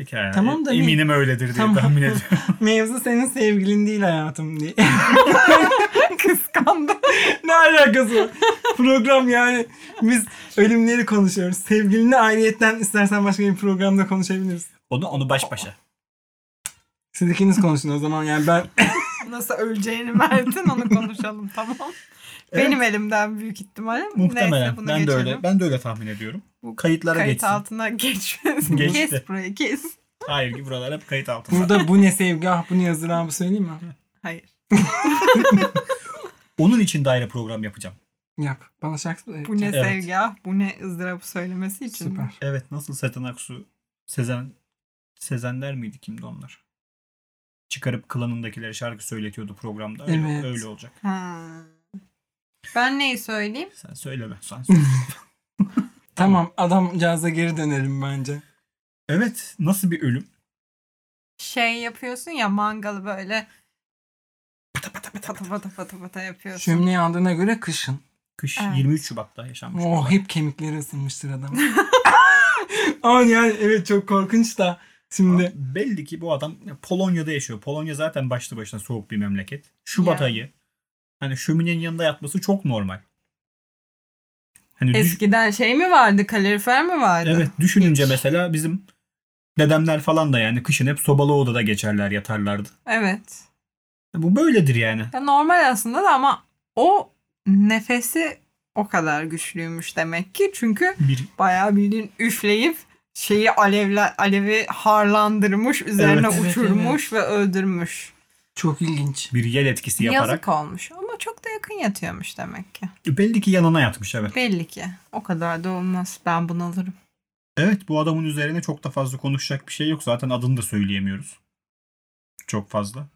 hikaye. Tamam da ne- eminim öyledir diye Tamam. tahmin ediyorum. Mevzu senin sevgilin değil hayatım diye. Kıskandım. ne alakası var? Program yani biz ölümleri konuşuyoruz. Sevgilini ayrıyetten istersen başka bir programda konuşabiliriz. onu onu baş başa. Siz ikiniz konuşun o zaman yani ben Nasıl öleceğini Mert'in onu konuşalım tamam. Benim elimden büyük ihtimalle. Muhtemelen. Neyse bunu ben geçelim. de öyle ben de öyle tahmin ediyorum. Bu Kayıtlara Kayıt geçsin. altına geçmesin. Geçti. Kes burayı kes. Hayır ki buralar hep kayıt altında. burada bu ne sevgi ah bu ne yazır ah bu söyleyeyim mi? Hayır. Onun için de ayrı program yapacağım. Yap. Bana şarkı da Bu ne Evet. sevgi ah bu ne ızdırap söylemesi için. mi? Süper. Evet nasıl Sezen Aksu Sezen Sezenler miydi kimdi onlar? Çıkarıp klanındakilere şarkı söyletiyordu programda. Öyle, Evet. öyle olacak. Ha. Ben neyi söyleyeyim? Sen söyleme. Sen söyle. Tamam adamcağıza geri dönelim bence. evet nasıl bir ölüm? Şey yapıyorsun ya mangalı böyle pata pata pata pata pata yapıyorsun. Şömine yandığına göre kışın. Kış Evet. 23 Şubat'ta yaşanmış. Oh hep kemikleri ısınmıştır adam. Ama yani evet çok korkunç da şimdi. Belli ki bu adam Polonya'da yaşıyor. Polonya zaten başlı başına soğuk bir memleket. Şubat Ya. ayı. Hani şöminenin yanında yatması çok normal. Hani düş- Eskiden şey mi vardı? Kalorifer mi vardı? Evet düşününce Hiç. mesela bizim dedemler falan da yani kışın hep sobalı odada geçerler yatarlardı. Evet. Bu böyledir yani. Ya normal aslında da ama o nefesi o kadar güçlüymüş demek ki. Çünkü Bir bayağı bildiğin üfleyip şeyi alevle, alevi harlandırmış, üzerine Evet, evet, uçurmuş ve öldürmüş. Çok ilginç. Bir yel etkisi yaparak. Yazık olmuş ama çok da yakın yatıyormuş demek ki. Belli ki yanına yatmış evet. Belli ki. O kadar da olmaz. Ben bunu alırım. Evet bu adamın üzerine çok da fazla konuşacak bir şey yok. Zaten adını da söyleyemiyoruz. Çok fazla.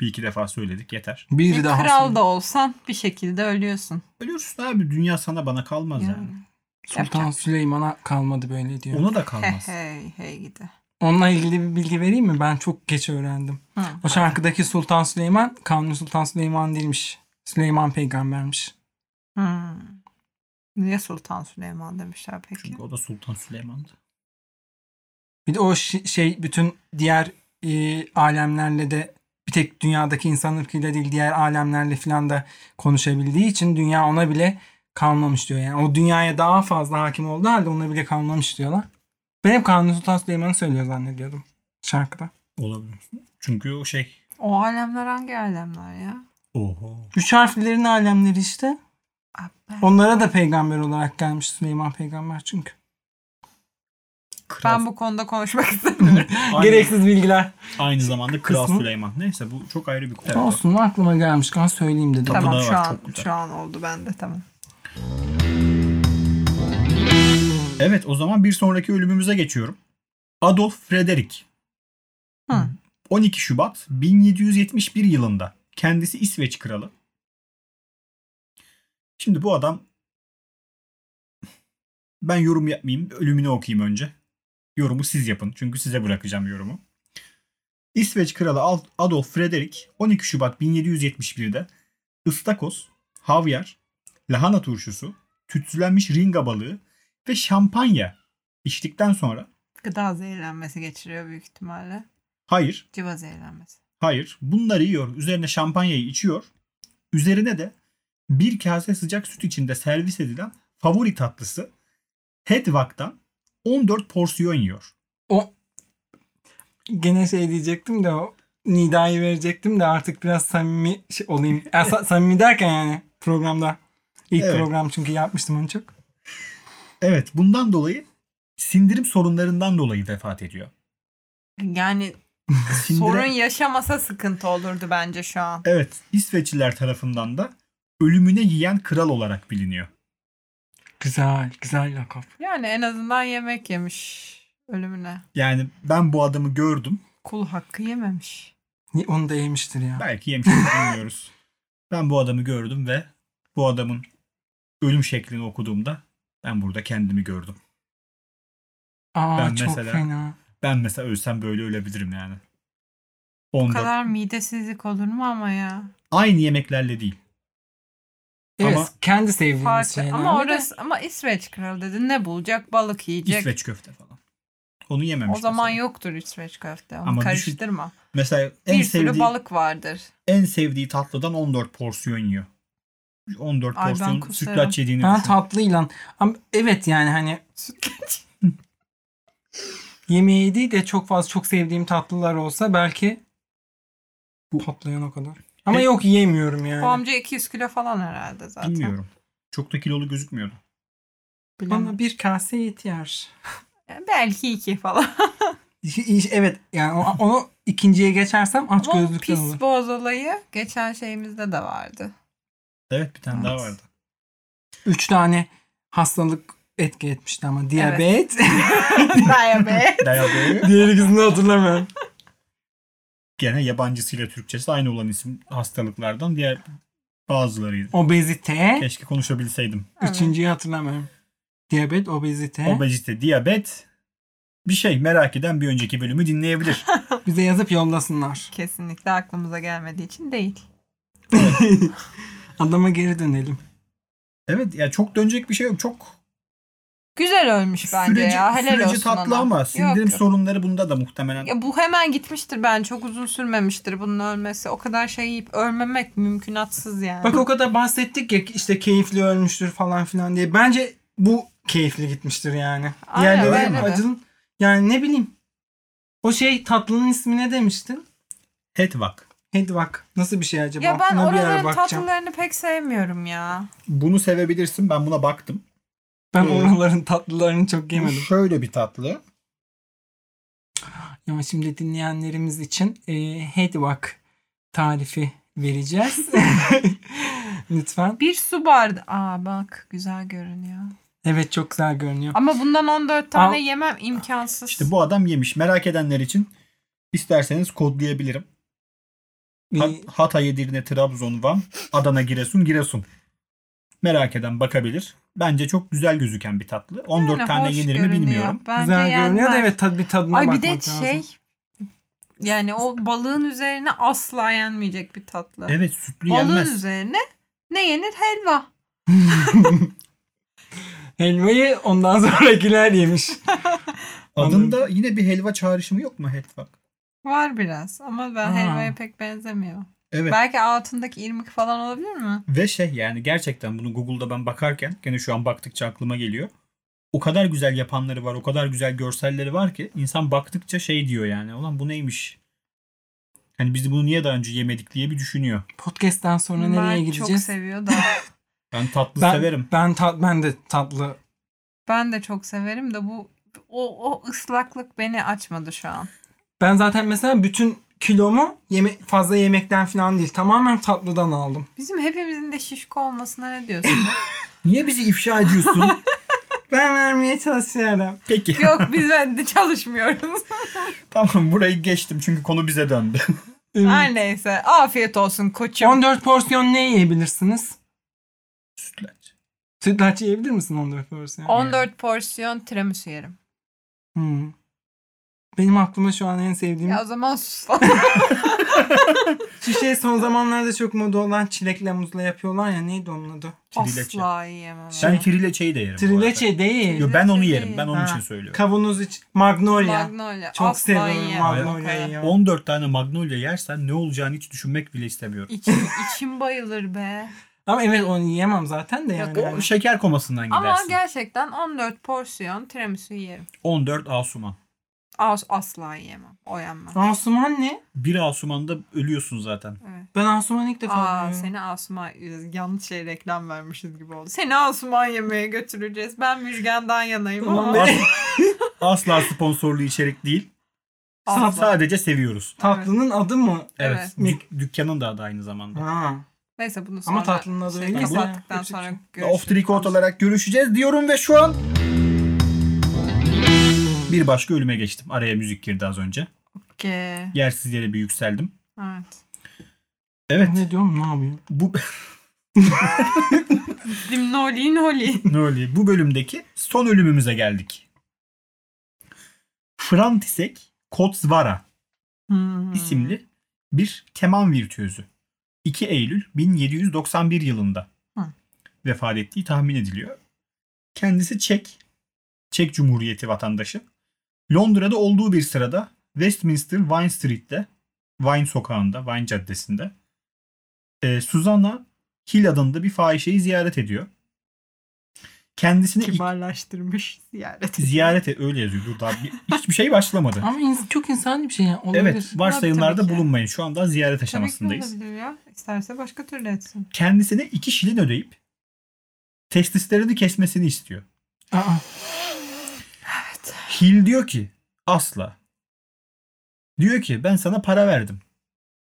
Bir iki defa söyledik yeter. Bir Bir daha kral sonra- da olsan bir şekilde ölüyorsun. Ölüyorsun abi dünya sana bana kalmaz yani. Yani. Sultan Süleyman'a kalmadı böyle diyor. Ona da He kalmaz. şey. hey hey gidi. Onunla ilgili bir bilgi vereyim mi? Ben çok geç öğrendim. Hı. O şarkıdaki Sultan Süleyman Kanuni Sultan Süleyman değilmiş. Süleyman peygambermiş. Hı. Niye Sultan Süleyman demişler peki? Çünkü o da Sultan Süleyman'dı. Bir de o şi- şey bütün diğer e, alemlerle de bir tek dünyadaki insan ırkıyla değil diğer alemlerle falan da konuşabildiği için dünya ona bile kalmamış diyor. Yani o dünyaya daha fazla hakim olduğu halde ona bile kalmamış diyorlar. Ben hep Kanuni Sultan Süleyman'ı söylüyor zannediyordum şarkıda. Olabilir. Çünkü o şey. O alemler hangi alemler ya? Oho. Üç harflilerin alemleri işte. Abi, Onlara da peygamber olarak gelmiş Süleyman peygamber çünkü. Kral. Ben bu konuda konuşmak istemiyorum. aynı, Gereksiz bilgiler. aynı zamanda Kral Kısmı. Süleyman. Neyse bu çok ayrı bir konu. Olsun aklıma gelmişken söyleyeyim dedim. Tamam. tamam Tapınağı şu var, an çok güzel. şu an oldu bende tamam. Evet o zaman bir sonraki ölümümüze geçiyorum. Adolf Frederick. Hı. 12 Şubat 1771 yılında kendisi İsveç kralı. Şimdi bu adam ben yorum yapmayayım. Ölümünü okuyayım önce. Yorumu siz yapın. Çünkü size bırakacağım yorumu. İsveç kralı Al- Adolf Frederick 12 Şubat 1771'de ıstakoz, havyar, lahana turşusu, tütsülenmiş ringa balığı ve şampanya içtikten sonra Gıda zehirlenmesi geçiriyor büyük ihtimalle. hayır Civa zehirlenmesi. Hayır. Bunları yiyor. Üzerine şampanyayı içiyor. Üzerine de bir kase sıcak süt içinde servis edilen favori tatlısı Hedvig'dan 14 porsiyon yiyor. Gene şey diyecektim de o Nida'yı verecektim de artık biraz samimi şey olayım. Ya, sa- samimi derken yani programda. İlk Evet. program çünkü yapmıştım onu çok. Evet bundan dolayı sindirim sorunlarından dolayı vefat ediyor. Yani Sindire- sorun yaşamasa sıkıntı olurdu bence şu an. Evet İsveçliler tarafından da ölümüne yiyen kral olarak biliniyor. Güzel, güzel lakap. Yani en azından yemek yemiş ölümüne. Yani ben bu adamı gördüm. Kul hakkı yememiş. Ni- Onu da yemiştir ya. Belki yemiştir bilmiyoruz. Ben bu adamı gördüm ve bu adamın ölüm şeklini okuduğumda ben burada kendimi gördüm. Aa ben çok mesela- fena. Ben mesela ölsem böyle ölebilirim yani. Bu 14. kadar midesizlik olur mu ama ya? Aynı yemeklerle değil. Evet, Ama- kendi sevdiğimiz Farklı. şeyler. Ama orası ama İsveç kralı dedi ne bulacak? Balık yiyecek. İsveç köfte falan. Onu o yememiş. zaman mesela. yoktur İsveç köfte. Onu Ama düşün- karıştırma. Mesela en bir sevdiği sürü balık vardır. en sevdiği tatlıdan 14 porsiyon yiyor. 14 Ay ben porsiyon kusarım. sütlaç yediğini Ben düşün. tatlıyla. Ama evet yani hani yemeği değil de çok fazla çok sevdiğim tatlılar olsa belki Bu- patlayan o kadar. Ama Hep- yok yiyemiyorum yani. Bu amca 200 kilo falan herhalde zaten. Bilmiyorum. Çok da kilolu gözükmüyordu. Bilemem. Bana bir kase yeter. Belki iki falan. Evet yani o- onu ikinciye geçersem aç Ama o gözlükten pis olur. boğaz olayı geçen şeyimizde de vardı. Evet bir tane daha Evet. vardı. Üç tane hastalık etki etmişti ama diyabet. Diabet. Dayabeyi Diğer ikisini hatırlamıyorum. gene yabancısıyla Türkçesi aynı olan isim hastalıklardan diğer bazılarıydı. Obezite. Keşke konuşabilseydim. Evet. Üçüncüyü hatırlamıyorum. Diyabet, obezite. Obezite, diyabet bir şey merak eden bir önceki bölümü dinleyebilir. Bize yazıp yollasınlar. Kesinlikle aklımıza gelmediği için değil. Adama geri dönelim. Evet ya çok dönecek bir şey yok. Çok Güzel ölmüş bence süreci, ya. Helal süreci olsun tatlı ona. ama Yok, sindirim yok. sorunları bunda da muhtemelen. Ya bu hemen gitmiştir ben. Çok uzun sürmemiştir bunun ölmesi. O kadar şey yiyip ölmemek mümkünatsız yani. Bak o kadar bahsettik ya işte keyifli ölmüştür falan filan diye. Bence bu keyifli gitmiştir yani. Aynen, Diğerleri bence de. acının yani ne bileyim. O şey tatlının ismi ne demiştin? Hetvak. Hadi bak nasıl bir şey acaba? ya ben Buna bir ara oraların bakacağım. tatlılarını pek sevmiyorum ya. Bunu sevebilirsin. Ben buna baktım. Ben Ee, oraların tatlılarını çok Bu yemedim. şöyle bir tatlı. Ama şimdi dinleyenlerimiz için e, Hedvak tarifi vereceğiz. Lütfen. Bir su bardağı. Aa bak güzel görünüyor. Evet çok güzel görünüyor. Ama bundan 14 tane Al. yemem imkansız. İşte bu adam yemiş. Merak edenler için isterseniz kodlayabilirim. Ha- Bir- Hatay, Edirne, Trabzon, Van, Adana, Giresun, Giresun. Merak eden bakabilir. Bence çok güzel gözüken bir tatlı. 14 Yani tane hoş yenir mi görünüyor. bilmiyorum. Bence güzel görünüyor da yenmez. evet tad, bir tadına Ay bir bakmak de lazım. şey yani o balığın üzerine asla yenmeyecek bir tatlı. Evet sütlü balığın yenmez. üzerine ne yenir? Helva. Helvayı ondan sonrakiler yemiş. Adında yine bir helva çağrışımı yok mu helva? Var biraz ama ben Aa. helvaya pek benzemiyor. Evet. Belki altındaki irmik falan olabilir mi? Ve şey yani gerçekten bunu Google'da ben bakarken gene şu an baktıkça aklıma geliyor. O kadar güzel yapanları var, o kadar güzel görselleri var ki insan baktıkça şey diyor yani. Ulan bu neymiş? Hani biz bunu niye daha önce yemedik diye bir düşünüyor. Podcast'ten sonra nereye ben çok gideceğiz? seviyor da. Ben tatlı ben, severim. Ben, tat, ben de tatlı. ben de çok severim de bu o, o ıslaklık beni açmadı şu an. Ben zaten mesela bütün kilomu yeme, fazla yemekten falan değil. Tamamen tatlıdan aldım. Bizim hepimizin de şişko olmasına ne diyorsun? Niye bizi ifşa ediyorsun? Ben vermeye çalışıyorum. Peki. Yok biz de çalışmıyoruz. tamam burayı geçtim çünkü konu bize döndü. Her neyse afiyet olsun koçum. 14 porsiyon ne yiyebilirsiniz? Sütlaç. Sütlaç yiyebilir misin 14 porsiyon? 14 porsiyon tiramisu yerim. Hmm. Benim aklıma şu an en sevdiğim Ya o zaman sus lan. şişe son zamanlarda çok moda olan çilekle muzla yapıyorlar ya neydi onun adı? Trileçe. Asla yiyemem. Ben trileçeyi de yerim. bu arada. Trileçe değil. Yo, ben onu Trileçe yerim. Ben onun Ha. için söylüyorum. Kavanoz iç. Magnolia. Magnolia. çok Asla seviyorum yiyemem. Magnolia'yı. ya. 14 tane magnolia yersen ne olacağını hiç düşünmek bile istemiyorum. İçim, içim bayılır be. Ama evet onu yiyemem zaten de Yok, yani. O şeker komasından Ama gidersin. gerçekten 14 porsiyon tiramisu yerim. 14 Asuman. As asla yiyemem. O yenmez. Asuman ne? Bir Asuman'da ölüyorsun zaten. Evet. Ben Asuman ilk defa Aa, duyuyorum. seni Asuman yanlış şey reklam vermişiz gibi oldu. Seni Asuman yemeğe götüreceğiz. Ben Müjgan'dan yanayım Ulan ama be. As- asla sponsorlu içerik değil. Asla. Sadece seviyoruz. Tatlının adı mı? Evet. Evet. Dük- dükkanın da adı aynı zamanda. Ha. Neyse bunu sonra Ama tatlının adı öyle. kes ya. kapattıktan Hepsi- sonra Off the görüşürüz. record olarak görüşeceğiz diyorum ve şu an bir başka ölüme geçtim. Araya müzik girdi az önce. Okey. Yersiz yere bir yükseldim. Evet. Evet. Ne diyorum ne yapıyor? Bu Dimnoli noli. ne oluyor? Bu bölümdeki son ölümümüze geldik. Frantisek Kotsvara Hmm. isimli bir keman virtüözü. 2 Eylül 1791 yılında Hı. vefat ettiği tahmin ediliyor. Kendisi Çek, Çek Cumhuriyeti vatandaşı. Londra'da olduğu bir sırada Westminster Vine Street'te, Vine sokağında, Vine caddesinde e, Susanna Hill adında bir fahişeyi ziyaret ediyor. Kendisine ilk Kibarlaştırmış ziyareti. ziyarete öyle yazıyor. Dur daha bir- hiçbir şey başlamadı. Ama ins- çok insani bir şey yani. Olabilir. Evet, varsayımlarda Tabii ki. bulunmayın. Şu anda ziyaret Tabii ki aşamasındayız. olabilir ya. İsterse başka türlü etsin. kendisine iki şilin ödeyip testislerini kesmesini istiyor. Aa, Hil diyor ki asla. Diyor ki ben sana para verdim.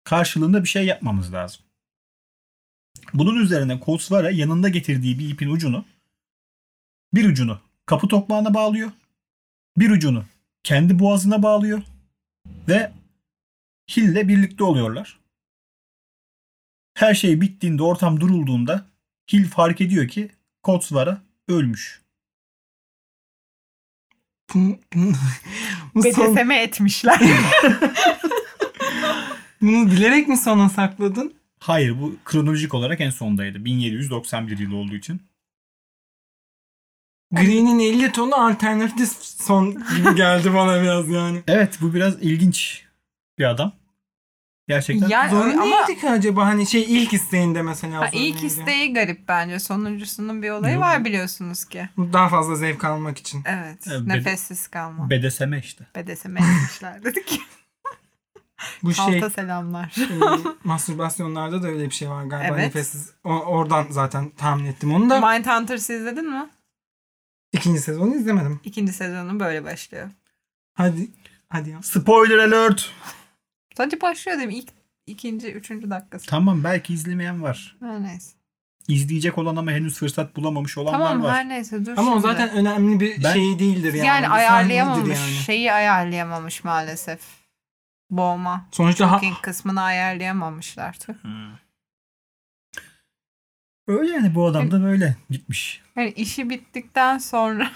Karşılığında bir şey yapmamız lazım. Bunun üzerine Kosvara yanında getirdiği bir ipin ucunu bir ucunu kapı tokmağına bağlıyor. Bir ucunu kendi boğazına bağlıyor. Ve Hill'le birlikte oluyorlar. Her şey bittiğinde ortam durulduğunda Hill fark ediyor ki Kotsvara ölmüş. bu- bu son- etmişler. bunu bilerek mi sona sakladın? Hayır bu kronolojik olarak en sondaydı. 1791 yılı olduğu için. Green'in 50 tonu alternatif son gibi geldi bana biraz yani. Evet bu biraz ilginç bir adam. Gerçekten. yani Zor ama neydi ki acaba hani şey ilk isteğinde mesela ha, zor ilk neydi? isteği garip bence. Sonuncusunun bir olayı Yok. var biliyorsunuz ki. Daha fazla zevk almak için. Evet. Evet, bede- nefessiz kalma. Bedeseme işte. Bedeseme etmişler dedik. Bu şey Halta selamlar. e, mastürbasyonlarda da öyle bir şey var galiba. Evet. Nefessiz. O- oradan zaten tahmin ettim onu da. Mindhunters'ı izledin mi? İkinci sezonu izlemedim. İkinci sezonu böyle başlıyor. Hadi. Hadi ya. Spoiler alert. Sadece başlıyor değil mi? İlk, ikinci, üçüncü dakikası. Tamam belki izlemeyen var. Her neyse. İzleyecek olan ama henüz fırsat bulamamış olanlar Tamam var. her neyse dur Ama o şimdi. zaten önemli bir Ben- şey değildir yani. yani, Bir ayarlayamamış. sahnedir yani. Şeyi ayarlayamamış maalesef. Boğma. Sonuçta ha- King kısmını ayarlayamamışlar. Tüh. Hı. Hmm. Öyle yani bu adam da böyle gitmiş. Yani işi bittikten sonra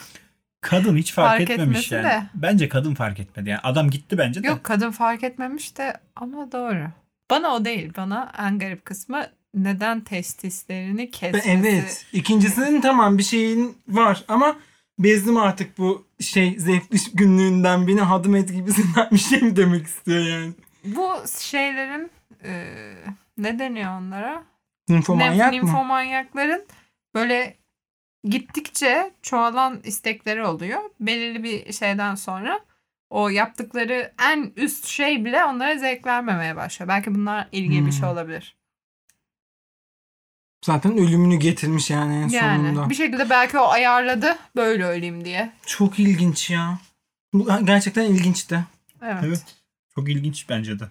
Kadın hiç fark, Fark etmemiş etmesi yani. de. Bence kadın fark etmedi yani. Adam gitti bence de. Yok kadın fark etmemiş de ama doğru. Bana o değil. Bana en garip kısmı neden testislerini Ben- kesmesi. evet. İkincisinin tamam bir şeyin var ama bezdim artık bu şey zevkli günlüğünden beni hadım et gibisinden bir şey mi demek istiyor yani? Bu şeylerin e, ne deniyor onlara? Ninfomanyak Nim- mı? Ninfomanyakların böyle gittikçe çoğalan istekleri oluyor. Belirli bir şeyden sonra o yaptıkları en üst şey bile onlara zevk vermemeye başlıyor. Belki bunlar ilgili bir şey Hmm. olabilir. Zaten ölümünü getirmiş yani en yani sonunda. bir şekilde belki o ayarladı böyle öleyim diye. Çok ilginç ya. Bu gerçekten ilginçti. evet. Evet. Çok ilginç bence de.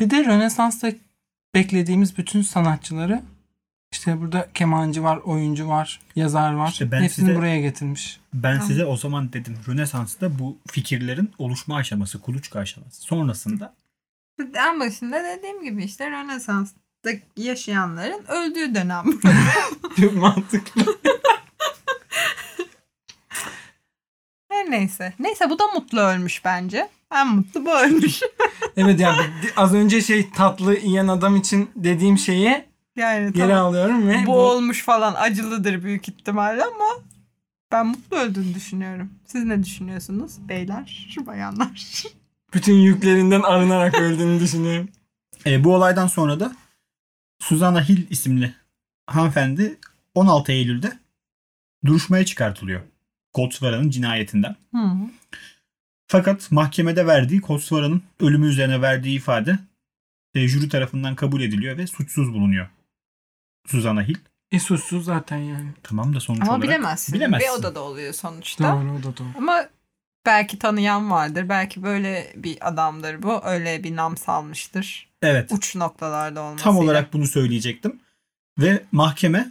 Bir de Rönesans'ta beklediğimiz bütün sanatçıları işte burada kemancı var, oyuncu var, yazar var. İşte ben Hepsini size- buraya getirmiş. Ben Tamam. size o zaman dedim Rönesans'ta bu fikirlerin oluşma aşaması, kuluçka aşaması. Sonrasında En başında dediğim gibi işte Rönesans'ta yaşayanların öldüğü dönem. Çok mantıklı. Her neyse. Neyse bu da mutlu ölmüş bence. En mutlu bu ölmüş. evet ya bir- az önce şey tatlı yiyen adam için dediğim şeyi Yani geri tamam. alıyorum ve Bu, bu, olmuş falan acılıdır büyük ihtimalle ama ben mutlu öldüğünü düşünüyorum. Siz ne düşünüyorsunuz beyler, bayanlar? bütün yüklerinden arınarak öldüğünü düşünüyorum. e, bu olaydan sonra da Susanna Hill isimli hanımefendi 16 Eylül'de duruşmaya çıkartılıyor. Kotsvara'nın cinayetinden. Fakat mahkemede verdiği Kotsvara'nın ölümü üzerine verdiği ifade e, jüri tarafından kabul ediliyor ve suçsuz bulunuyor. Susanna Hill. E suçsuz zaten yani. Tamam da sonuç Ama olarak bilemezsin. bilemezsin. Bir odada oluyor sonuçta. Doğru o da doğru. Ama belki tanıyan vardır. Belki böyle bir adamdır bu. Öyle bir nam salmıştır. evet. Uç noktalarda olmasıyla. Tam olarak bunu söyleyecektim. Ve mahkeme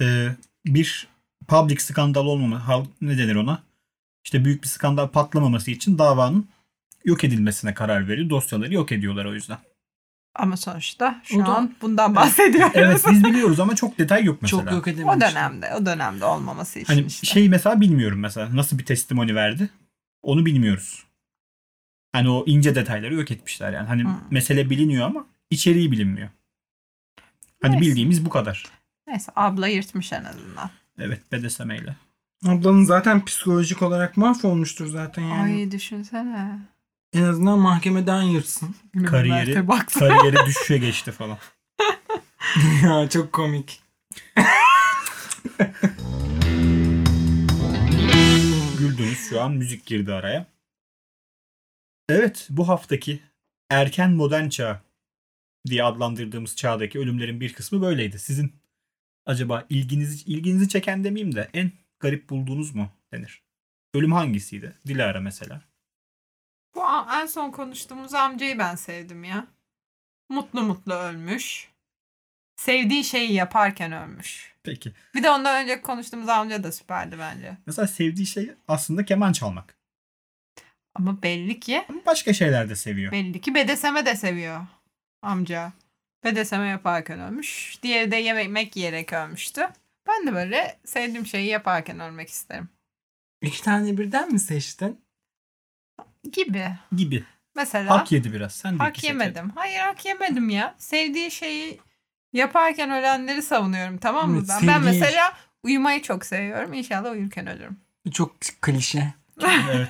e, bir public skandal olmama, hal- ne denir ona? İşte büyük bir skandal patlamaması için davanın yok edilmesine karar veriyor. Dosyaları yok ediyorlar o yüzden. Ama sonuçta şu O da- an bundan bahsediyoruz. Evet biz biliyoruz ama çok detay yok mesela. Çok yok edememiş. O dönemde, o dönemde olmaması için Hani işte. şey mesela bilmiyorum mesela nasıl bir testimoni verdi onu bilmiyoruz. Hani o ince detayları yok etmişler yani. Hani Hı. mesele biliniyor ama içeriği bilinmiyor. Hani Neyse. bildiğimiz bu kadar. Neyse abla yırtmış en azından. Evet bedesemeyle. Ablanın zaten psikolojik olarak mahvolmuştur zaten yani. Ay düşünsene. En azından mahkemeden yırtsın. Kariyeri- Üniversite baksana. Kariyeri düşüşe geçti falan. ya çok komik. Güldünüz şu an müzik girdi araya. Evet bu haftaki erken modern çağ diye adlandırdığımız çağdaki ölümlerin bir kısmı böyleydi. Sizin acaba ilginizi ilginizi çeken demeyeyim de en garip bulduğunuz mu denir? Ölüm hangisiydi? Dilara mesela. Bu a- en son konuştuğumuz amcayı ben sevdim ya. Mutlu mutlu ölmüş. Sevdiği şeyi yaparken ölmüş. Peki. Bir de ondan önce konuştuğumuz amca da süperdi bence. Mesela sevdiği şey aslında keman çalmak. Ama belli ki, Ama başka şeyler de seviyor. belli ki bedeseme de seviyor amca. Bedeseme yaparken ölmüş. Diğeri de yemek yiyerek ölmüştü. Ben de böyle sevdiğim şeyi yaparken ölmek isterim. İki tane birden mi seçtin? Gibi. Gibi. Mesela. Hak yedi biraz. Sen de iki Hak seç hadi. yemedim. Hayır hak yemedim ya. Sevdiği şeyi yaparken ölenleri savunuyorum tamam mı Evet, ben? Ben sevdiği- mesela uyumayı çok seviyorum. İnşallah uyurken ölürüm. Çok klişe. Evet.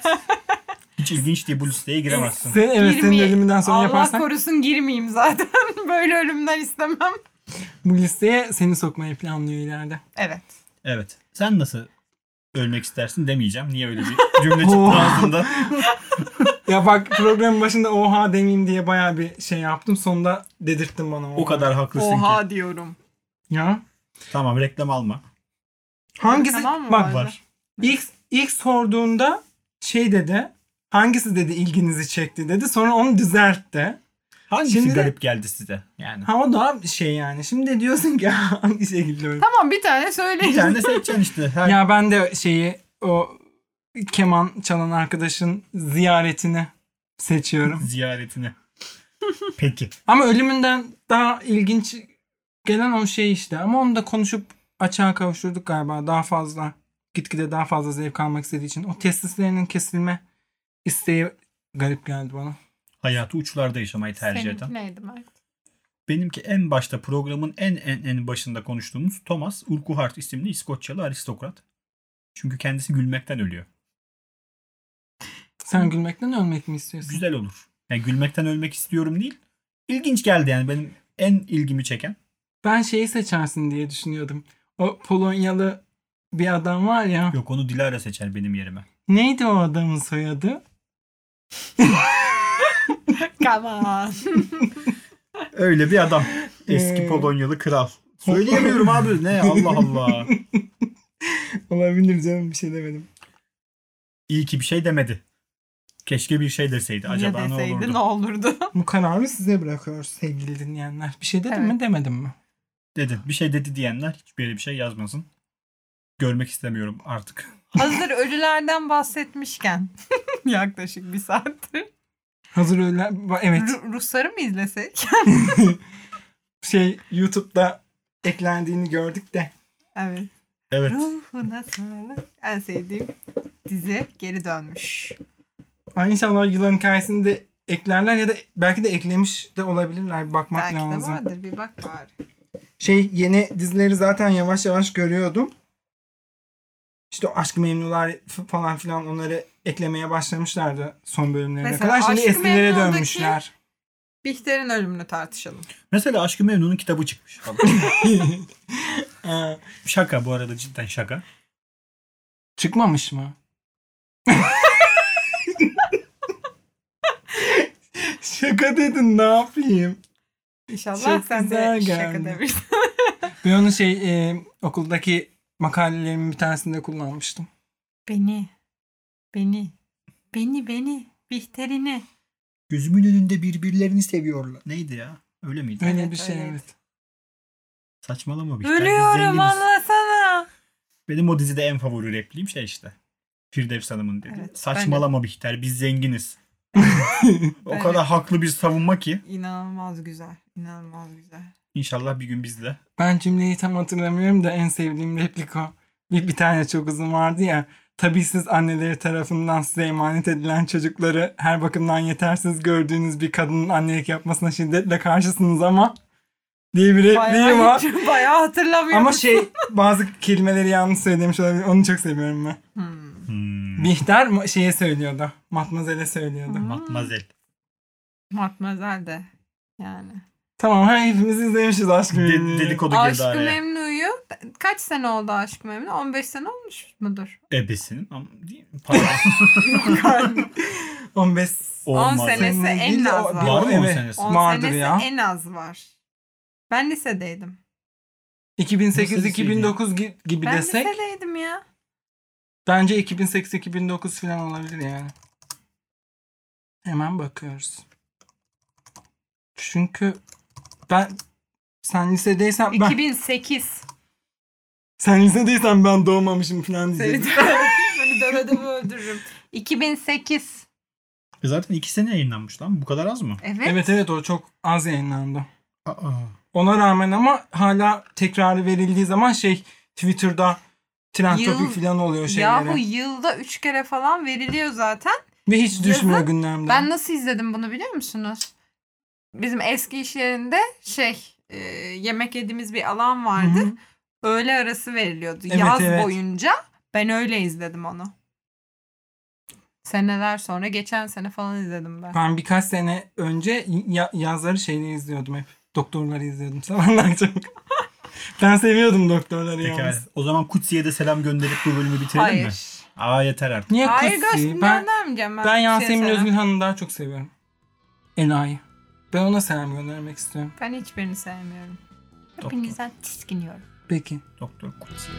Hiç ilginç diye bu listeye giremezsin. Sen evet senin Girmeye- ölümünden sonra Allah yaparsan korusun girmeyeyim zaten. Böyle ölümden istemem. bu listeye seni sokmayı planlıyor ileride. Evet. Evet. Sen nasıl ölmek istersin demeyeceğim. Niye öyle bir cümle çıktı Oo. ağzından? Ya bak programın başında oha demeyeyim diye bayağı bir şey yaptım. Sonunda dedirttin bana. O kadar haklısın ki. Oha diyorum. Ya. Tamam reklam alma. Hangisi? Tamam mı bu bak arada? Var. ilk, ilk sorduğunda şey dedi. Hangisi dedi ilginizi çekti dedi. Sonra onu düzeltti. Hangisi Şimdi de- garip geldi size? Yani. Ha o da şey yani. Şimdi diyorsun ki hangi şekilde öyle. Tamam bir tane söyleyin. Bir tane de seçeceksin işte. Her... Ya ben de şeyi o keman çalan arkadaşın ziyaretini seçiyorum. ziyaretine. Peki. Ama ölümünden daha ilginç gelen o şey işte. Ama onu da konuşup açığa kavuşturduk galiba daha fazla. Gitgide daha fazla zevk almak istediği için. O testislerinin kesilme isteği garip geldi bana. Hayatı uçlarda yaşamayı tercih eden. neydi Mert? Benimki en başta programın en en en başında konuştuğumuz Thomas Urquhart isimli İskoçyalı aristokrat. Çünkü kendisi gülmekten ölüyor. Sen gülmekten ölmek mi istiyorsun? Güzel olur. Yani gülmekten ölmek istiyorum değil. İlginç geldi yani benim en ilgimi çeken. Ben şeyi seçersin diye düşünüyordum. O Polonyalı bir adam var ya. Yok onu Dilara seçer benim yerime. Neydi o adamın soyadı? Come on. Öyle bir adam. Eski Ee, Polonyalı kral. Söyleyemiyorum abi ne Allah Allah. Olabilir canım bir şey demedim. İyi ki bir şey demedi. Keşke bir şey deseydi. Acaba ne ne, deseydi olurdu? ne olurdu? Bu kararı size bırakıyoruz sevgili dinleyenler. Bir şey dedim Evet. mi demedim mi? Dedi. Bir şey dedi diyenler hiçbir yere bir şey yazmasın. Görmek istemiyorum artık. Hazır ölülerden bahsetmişken yaklaşık bir saattir. Hazır öyle. Evet. Ru- Rusları mı izlesek? şey YouTube'da eklendiğini gördük de. evet. Evet. Ruhuna sağlık. En sevdiğim dizi geri dönmüş. Ay inşallah yılan hikayesini de eklerler ya da belki de eklemiş de olabilirler. Bir Bakmak Belki de lazım. vardır bir bak bari. Şey yeni dizileri zaten yavaş yavaş görüyordum. İşte o Aşk-ı Memnular f- falan filan onları eklemeye başlamışlardı son bölümlerine Mesela kadar. Şimdi Aşk-ı eskilere Memnu'daki- dönmüşler. Bihter'in ölümünü tartışalım. Mesela Aşkı Memnun'un kitabı çıkmış. Ee, şaka bu arada cidden şaka. çıkmamış mı? Şaka dedin ne yapayım? İnşallah Çok sen de güzel şaka geldi. demişsin. Ben onu şey e, okuldaki makalelerimin bir tanesinde kullanmıştım. Beni. Beni. Beni beni. Bihter'ini. Gözümün önünde birbirlerini seviyorlar. Neydi ya? Öyle miydi? Öyle Evet, bir şey evet. evet. Saçmalama bir şey. Biz Ölüyorum zenginiz. anlasana. Benim o dizide en favori repliğim şey işte. Firdevs Hanım'ın dedi. Evet, Saçmalama Bihter biz zenginiz. o Evet. kadar haklı bir savunma ki. İnanılmaz güzel. İnanılmaz güzel. İnşallah bir gün biz de. Ben cümleyi tam hatırlamıyorum da en sevdiğim replik o. Bir, bir tane çok uzun vardı ya. Tabii siz anneleri tarafından size emanet edilen çocukları her bakımdan yetersiz gördüğünüz bir kadının annelik yapmasına şiddetle karşısınız ama diye bir repliği Bayağı, var. hiç- bayağı hatırlamıyorum. Ama şey bazı kelimeleri yanlış söylemiş olabilir. Onu çok seviyorum ben. Hmm. Hmm. Bihter ma- şeye söylüyordu. Matmazel'e söylüyordu. Matmazel. Matmazel de yani. Tamam ha, hepimiz izlemişiz aşk De- Hmm. Memnu'yu. dedikodu girdi Aşk-ı araya. Memnu'yu kaç sene oldu Aşk-ı Memnu? 15 sene olmuş mudur? Ebesinin. ama değil mi? Pardon. 15 Olmaz. 10 sene. Senesi en Değil de az o- var. Var mı evet, 10 senesi? 10 Vardır senesi ya. en az var. Ben lisedeydim. 2008-2009 gi- gibi ben desek lisedeydim ya. bence 2008-2009 falan olabilir yani. Hemen bakıyoruz. Çünkü ben sen lisedeysen ben 2008. sen lisedeysen ben doğmamışım falan Seni diyeceğim. Beni döve döve öldürürüm. 2008. E Zaten 2 sene yayınlanmış lan. Bu kadar az mı? Evet. Evet evet o çok az yayınlandı. Aa. Ona rağmen ama hala tekrarı verildiği zaman şey Twitter'da trend Yıl- topik falan oluyor Yahu şeylere. yılda 3 kere falan veriliyor zaten. Ve hiç düşmüyor yazın gündemden. Ben nasıl izledim bunu biliyor musunuz? Bizim eski iş yerinde şey e, yemek yediğimiz bir alan vardı. Hı hı. Öğle arası veriliyordu. Evet, Yaz evet. boyunca ben öyle izledim onu. Seneler sonra geçen sene falan izledim ben. Ben birkaç sene önce ya- yazları şeyleri izliyordum hep. Doktorları izliyordum sabahlar çok. ben seviyordum doktorları Pekala. yalnız. O zaman Kutsi'ye de selam gönderip bu bölümü bitirelim Hayır. mi? Aa yeter artık. Niye Hayır kutsi? göndermeyeceğim e, Ben, ben. Ben, ben bir şey Yasemin sevmem. Özgül Hanım'ı daha çok seviyorum. Enayi. Ben ona selam göndermek istiyorum. Ben hiçbirini sevmiyorum. Doktor. Hepinizden tiskiniyorum. Peki. Doktor Kutsi.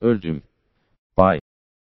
Öldüm.